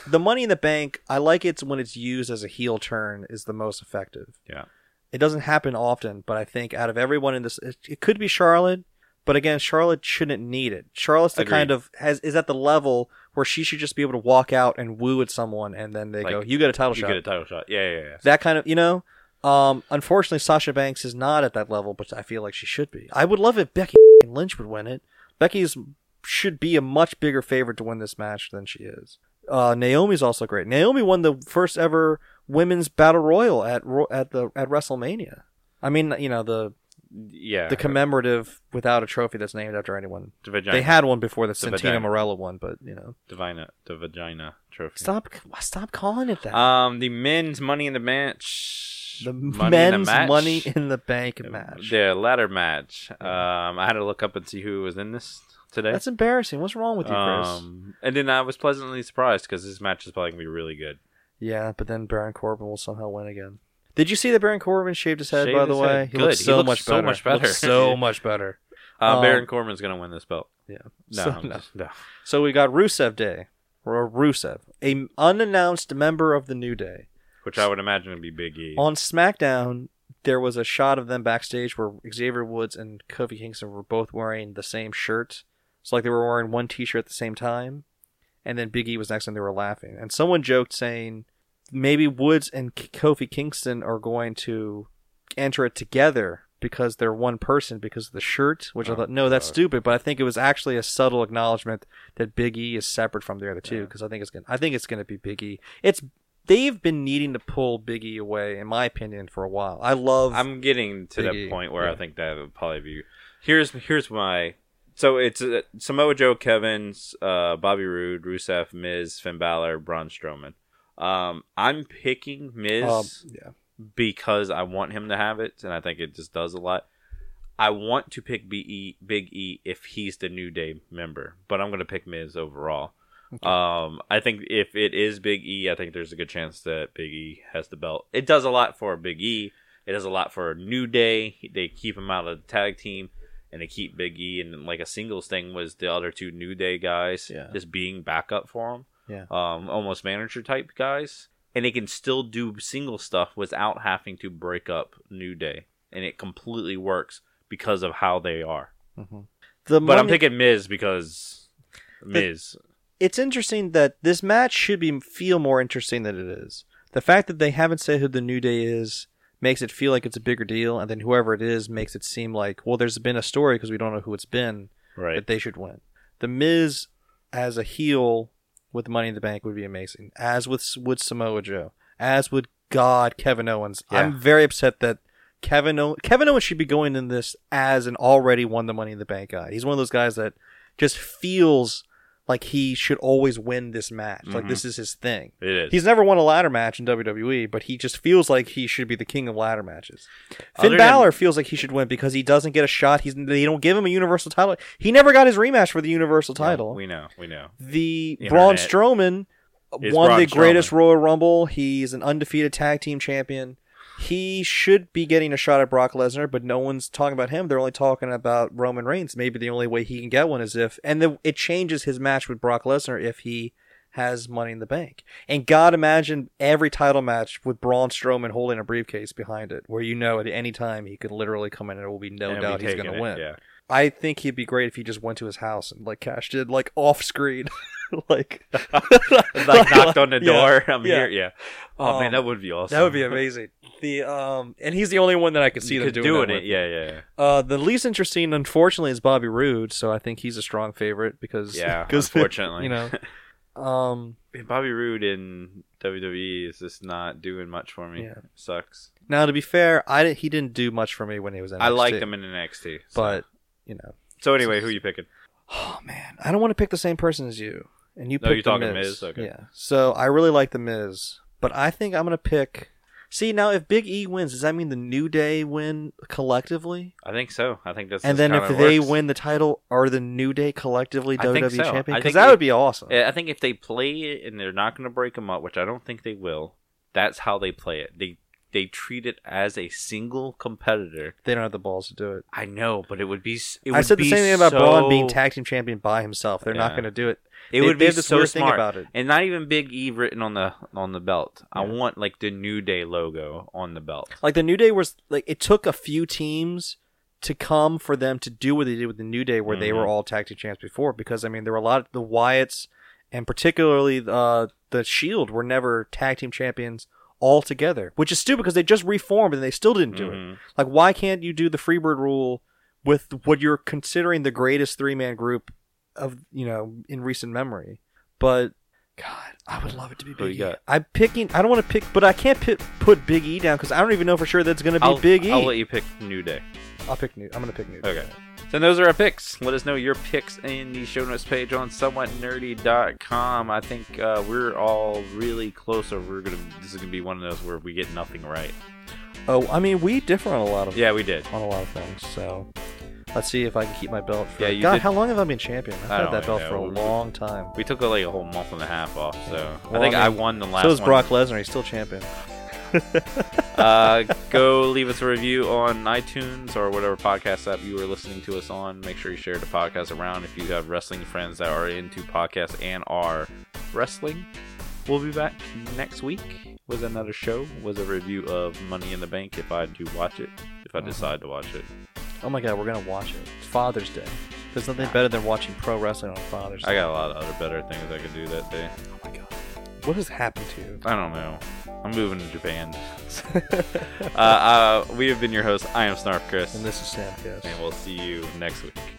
S2: the Money in the Bank, I like it when it's used as a heel turn, is the most effective.
S1: Yeah.
S2: It doesn't happen often, but I think out of everyone in this, it, it could be Charlotte, but again, Charlotte shouldn't need it. Charlotte's the
S1: Agreed.
S2: kind of has is at the level where she should just be able to walk out and woo at someone, and then they
S1: Like,
S2: go, "You get a title
S1: You
S2: shot."
S1: get a title shot. Yeah, yeah, yeah.
S2: that kind of you know um unfortunately sasha banks is not at that level but i feel like she should be i would love if becky lynch would win it becky's should be a much bigger favorite to win this match than she is uh naomi's also great naomi won the first ever women's battle royal at Ro- at the at wrestlemania i mean you know the
S1: Yeah.
S2: the commemorative without a trophy that's named after anyone
S1: the vagina.
S2: they had one before the
S1: The
S2: Santina
S1: vagina.
S2: Morella one, but you know,
S1: Divina, the vagina trophy.
S2: stop, stop calling it that.
S1: Um, the men's money in the match.
S2: the
S1: Money in the
S2: men's
S1: match. Uh,
S2: money in the bank match.
S1: The ladder match. Um, I had to look up and see who was in this today.
S2: That's embarrassing. What's wrong with you, Chris?
S1: Um, and then I was pleasantly surprised because this match is probably gonna be really good.
S2: yeah, but then Baron Corbin will somehow win again. Did you see that Baron Corbin shaved his head?
S1: Shaved
S2: by the
S1: his
S2: way,
S1: head.
S2: he
S1: Good.
S2: looks
S1: He
S2: so
S1: looks
S2: much
S1: so
S2: better.
S1: much
S2: Looks
S1: better.
S2: so much better.
S1: Uh,
S2: Um,
S1: Baron Corbin's gonna win this belt.
S2: Yeah.
S1: No,
S2: So,
S1: I'm
S2: no.
S1: just- no.
S2: So we got Rusev Day, or Rusev, a unannounced member of the New Day.
S1: Which I would imagine would be Big E.
S2: On SmackDown, there was a shot of them backstage where Xavier Woods and Kofi Kingston were both wearing the same shirt. So like they were wearing one T-shirt at the same time, and then Big E was next, and they were laughing. And someone joked saying, maybe Woods and K- Kofi Kingston are going to enter it together because they're one person because of the shirt. Which I
S1: Oh,
S2: thought, no, that's
S1: God.
S2: stupid. But I think it was actually a subtle acknowledgement that Big E is separate from the other two
S1: Yeah.
S2: because I think it's gonna, I think it's going to be Big E. It's they've been needing to pull Big E away, in my opinion, for a while. I love.
S1: I'm getting to
S2: Big
S1: that
S2: E,
S1: point where
S2: yeah.
S1: I think that would probably be. Here's here's my. So it's uh, Samoa Joe, Kevin's, uh, Bobby Roode, Rusev, Miz, Finn Balor, Braun Strowman. Um, I'm picking Miz
S2: um, yeah.
S1: because I want him to have it, and I think it just does a lot. I want to pick Big E, Big E if he's the New Day member, but I'm going to pick Miz overall. Um, I think if it is Big E, I think there's a good chance that Big E has the belt. It does a lot for Big E. It does a lot for New Day. They keep him out of the tag team, and they keep Big E. And like a singles thing was the other two New Day guys
S2: Yeah.
S1: just being backup for him
S2: Yeah.
S1: um, almost manager type guys, and they can still do single stuff without having to break up New Day, and it completely works because of how they are.
S2: The
S1: But I'm
S2: money-
S1: picking Miz because Miz.
S2: it's interesting that this match should be feel more interesting than it is. The fact that they haven't said who the New Day is makes it feel like it's a bigger deal, and then whoever it is makes it seem like well, there's been a story because we don't know who it's been
S1: right.
S2: that they should win. The Miz as a heel with Money in the Bank would be amazing, as with would Samoa Joe, as would God Kevin Owens.
S1: Yeah.
S2: I'm very upset that Kevin Ow- Kevin Owens should be going in this as an already won the Money in the Bank guy. He's one of those guys that just feels like he should always win this match. Like
S1: Mhm.
S2: this is his thing.
S1: It is.
S2: He's never won a ladder match in WWE, but he just feels like he should be the king of ladder matches. Finn
S1: Other than-
S2: Balor feels like he should win because he doesn't get a shot. He's they don't give him a Universal title. He never got his rematch for the Universal
S1: Yeah,
S2: title.
S1: we know. We know.
S2: the
S1: Internet.
S2: Braun Strowman
S1: Is
S2: won
S1: Braun
S2: the greatest
S1: Strowman.
S2: Royal Rumble. He's an undefeated tag team champion. He should be getting a shot at Brock Lesnar, but no one's talking about him. They're only talking about Roman Reigns. Maybe the only way he can get one is if, and then it changes his match with Brock Lesnar if he has Money in the Bank. And God, imagine every title match with Braun Strowman holding a briefcase behind it, where you know at any time he could literally come in and there will be no
S1: And we
S2: doubt he's
S1: taking
S2: going to
S1: it,
S2: win.
S1: Yeah.
S2: I think he'd be great if he just went to his house and like cashed in like off screen, like
S1: like knocked on the
S2: Yeah,
S1: door. I'm
S2: yeah.
S1: here. Yeah. Oh man,
S2: Um,
S1: that would be awesome.
S2: That would be amazing. The um, and he's the only one that I could see
S1: You
S2: them
S1: could
S2: doing,
S1: doing
S2: that
S1: it.
S2: with.
S1: Yeah, yeah,
S2: Uh, the least interesting, unfortunately, is Bobby Roode. So I think he's a strong favorite because
S1: yeah.
S2: because
S1: Unfortunately,
S2: you know, um,
S1: Bobby Roode in WWE is just not doing much for me.
S2: Yeah.
S1: Sucks.
S2: now to be fair, I di- he didn't do much for me when he was in.
S1: I liked
S2: NXT,
S1: him in NXT. So.
S2: but you know,
S1: so anyway, who you picking?
S2: oh man, I don't want to pick the same person as you, and you.
S1: No,
S2: picked
S1: you're
S2: the
S1: talking
S2: Miz.
S1: Miz, okay.
S2: Yeah, so I really like the Miz, but I think I'm gonna pick. See now, if Big E wins, does that mean the New Day win collectively?
S1: I think so. I think that's
S2: and
S1: just
S2: then
S1: kinda
S2: if they
S1: works.
S2: win the title, are the New Day collectively
S1: I think
S2: WWE
S1: so.
S2: champion?
S1: I
S2: Because
S1: think
S2: that
S1: they-
S2: would be awesome.
S1: Yeah, I think if they play it and they're not going to break them up, which I don't think they will, that's how they play it. They they treat it as a single competitor.
S2: They don't have the balls to do it.
S1: I know, but it would be. s- It
S2: I
S1: would
S2: said the
S1: be
S2: same thing about
S1: so,
S2: Braun being tag team champion by himself. They're not
S1: Yeah.
S2: going to do it.
S1: It
S2: They-
S1: would
S2: they
S1: be
S2: have this
S1: so
S2: weird thing
S1: smart
S2: about it.
S1: and not even Big E written on the on the belt. I
S2: Yeah.
S1: want like the New Day logo on the belt.
S2: Like the New Day was like it took a few teams to come for them to do what they did with the New Day, where they were all tag team champs before. Because I mean, there were a lot of the Wyatts and particularly uh, the Shield were never tag team champions altogether, which is stupid because they just reformed and they still didn't do it.
S1: Mhm.
S2: Like, why can't you do the Freebird rule with what you're considering the greatest three man group of you know in recent memory? But God, I would love it to be
S1: Who
S2: Big
S1: you
S2: E.
S1: got?
S2: I'm picking. I don't want to pick, but I can't pi- put Big E down because I don't even know for sure that's going to be
S1: I'll,
S2: Big E.
S1: I'll let you pick New Day.
S2: I'll pick New. I'm going to pick New.
S1: Okay. So those are our picks. Let us know your picks in the show notes page on somewhatnerdy.com. I think uh, we're all really close, or we're gonna. This is gonna be one of those where we get nothing right.
S2: Oh, I mean, we differ on a lot of
S1: Yeah, we did.
S2: on a lot of things. So let's see if I can keep my belt. For,
S1: Yeah, you
S2: God,
S1: did-
S2: how long have I been champion? I've
S1: I
S2: had
S1: don't
S2: that belt
S1: know.
S2: for a long time.
S1: We took like a whole month and a half off, so
S2: Well,
S1: I think
S2: I
S1: I,
S2: mean,
S1: won the last.
S2: so is
S1: one.
S2: Brock Lesnar. He's still champion.
S1: uh, go leave us a review on iTunes or whatever podcast app you are listening to us on. Make sure you share the podcast around if you have wrestling friends that are into podcasts and are wrestling. We'll be back next week with another show, with a review of Money in the Bank if I do watch it, if I
S2: Uh-huh.
S1: decide to watch it.
S2: Oh my god, we're gonna watch it. It's Father's Day. There's nothing better than watching pro wrestling on Father's
S1: I
S2: Day.
S1: got a lot of other better things I could do that day.
S2: Oh my god. What has happened to you?
S1: I don't know. I'm moving to Japan. uh, uh, we have been your hosts. I am Snarf Chris,
S2: And this is Sam Kiss.
S1: and we'll see you next week.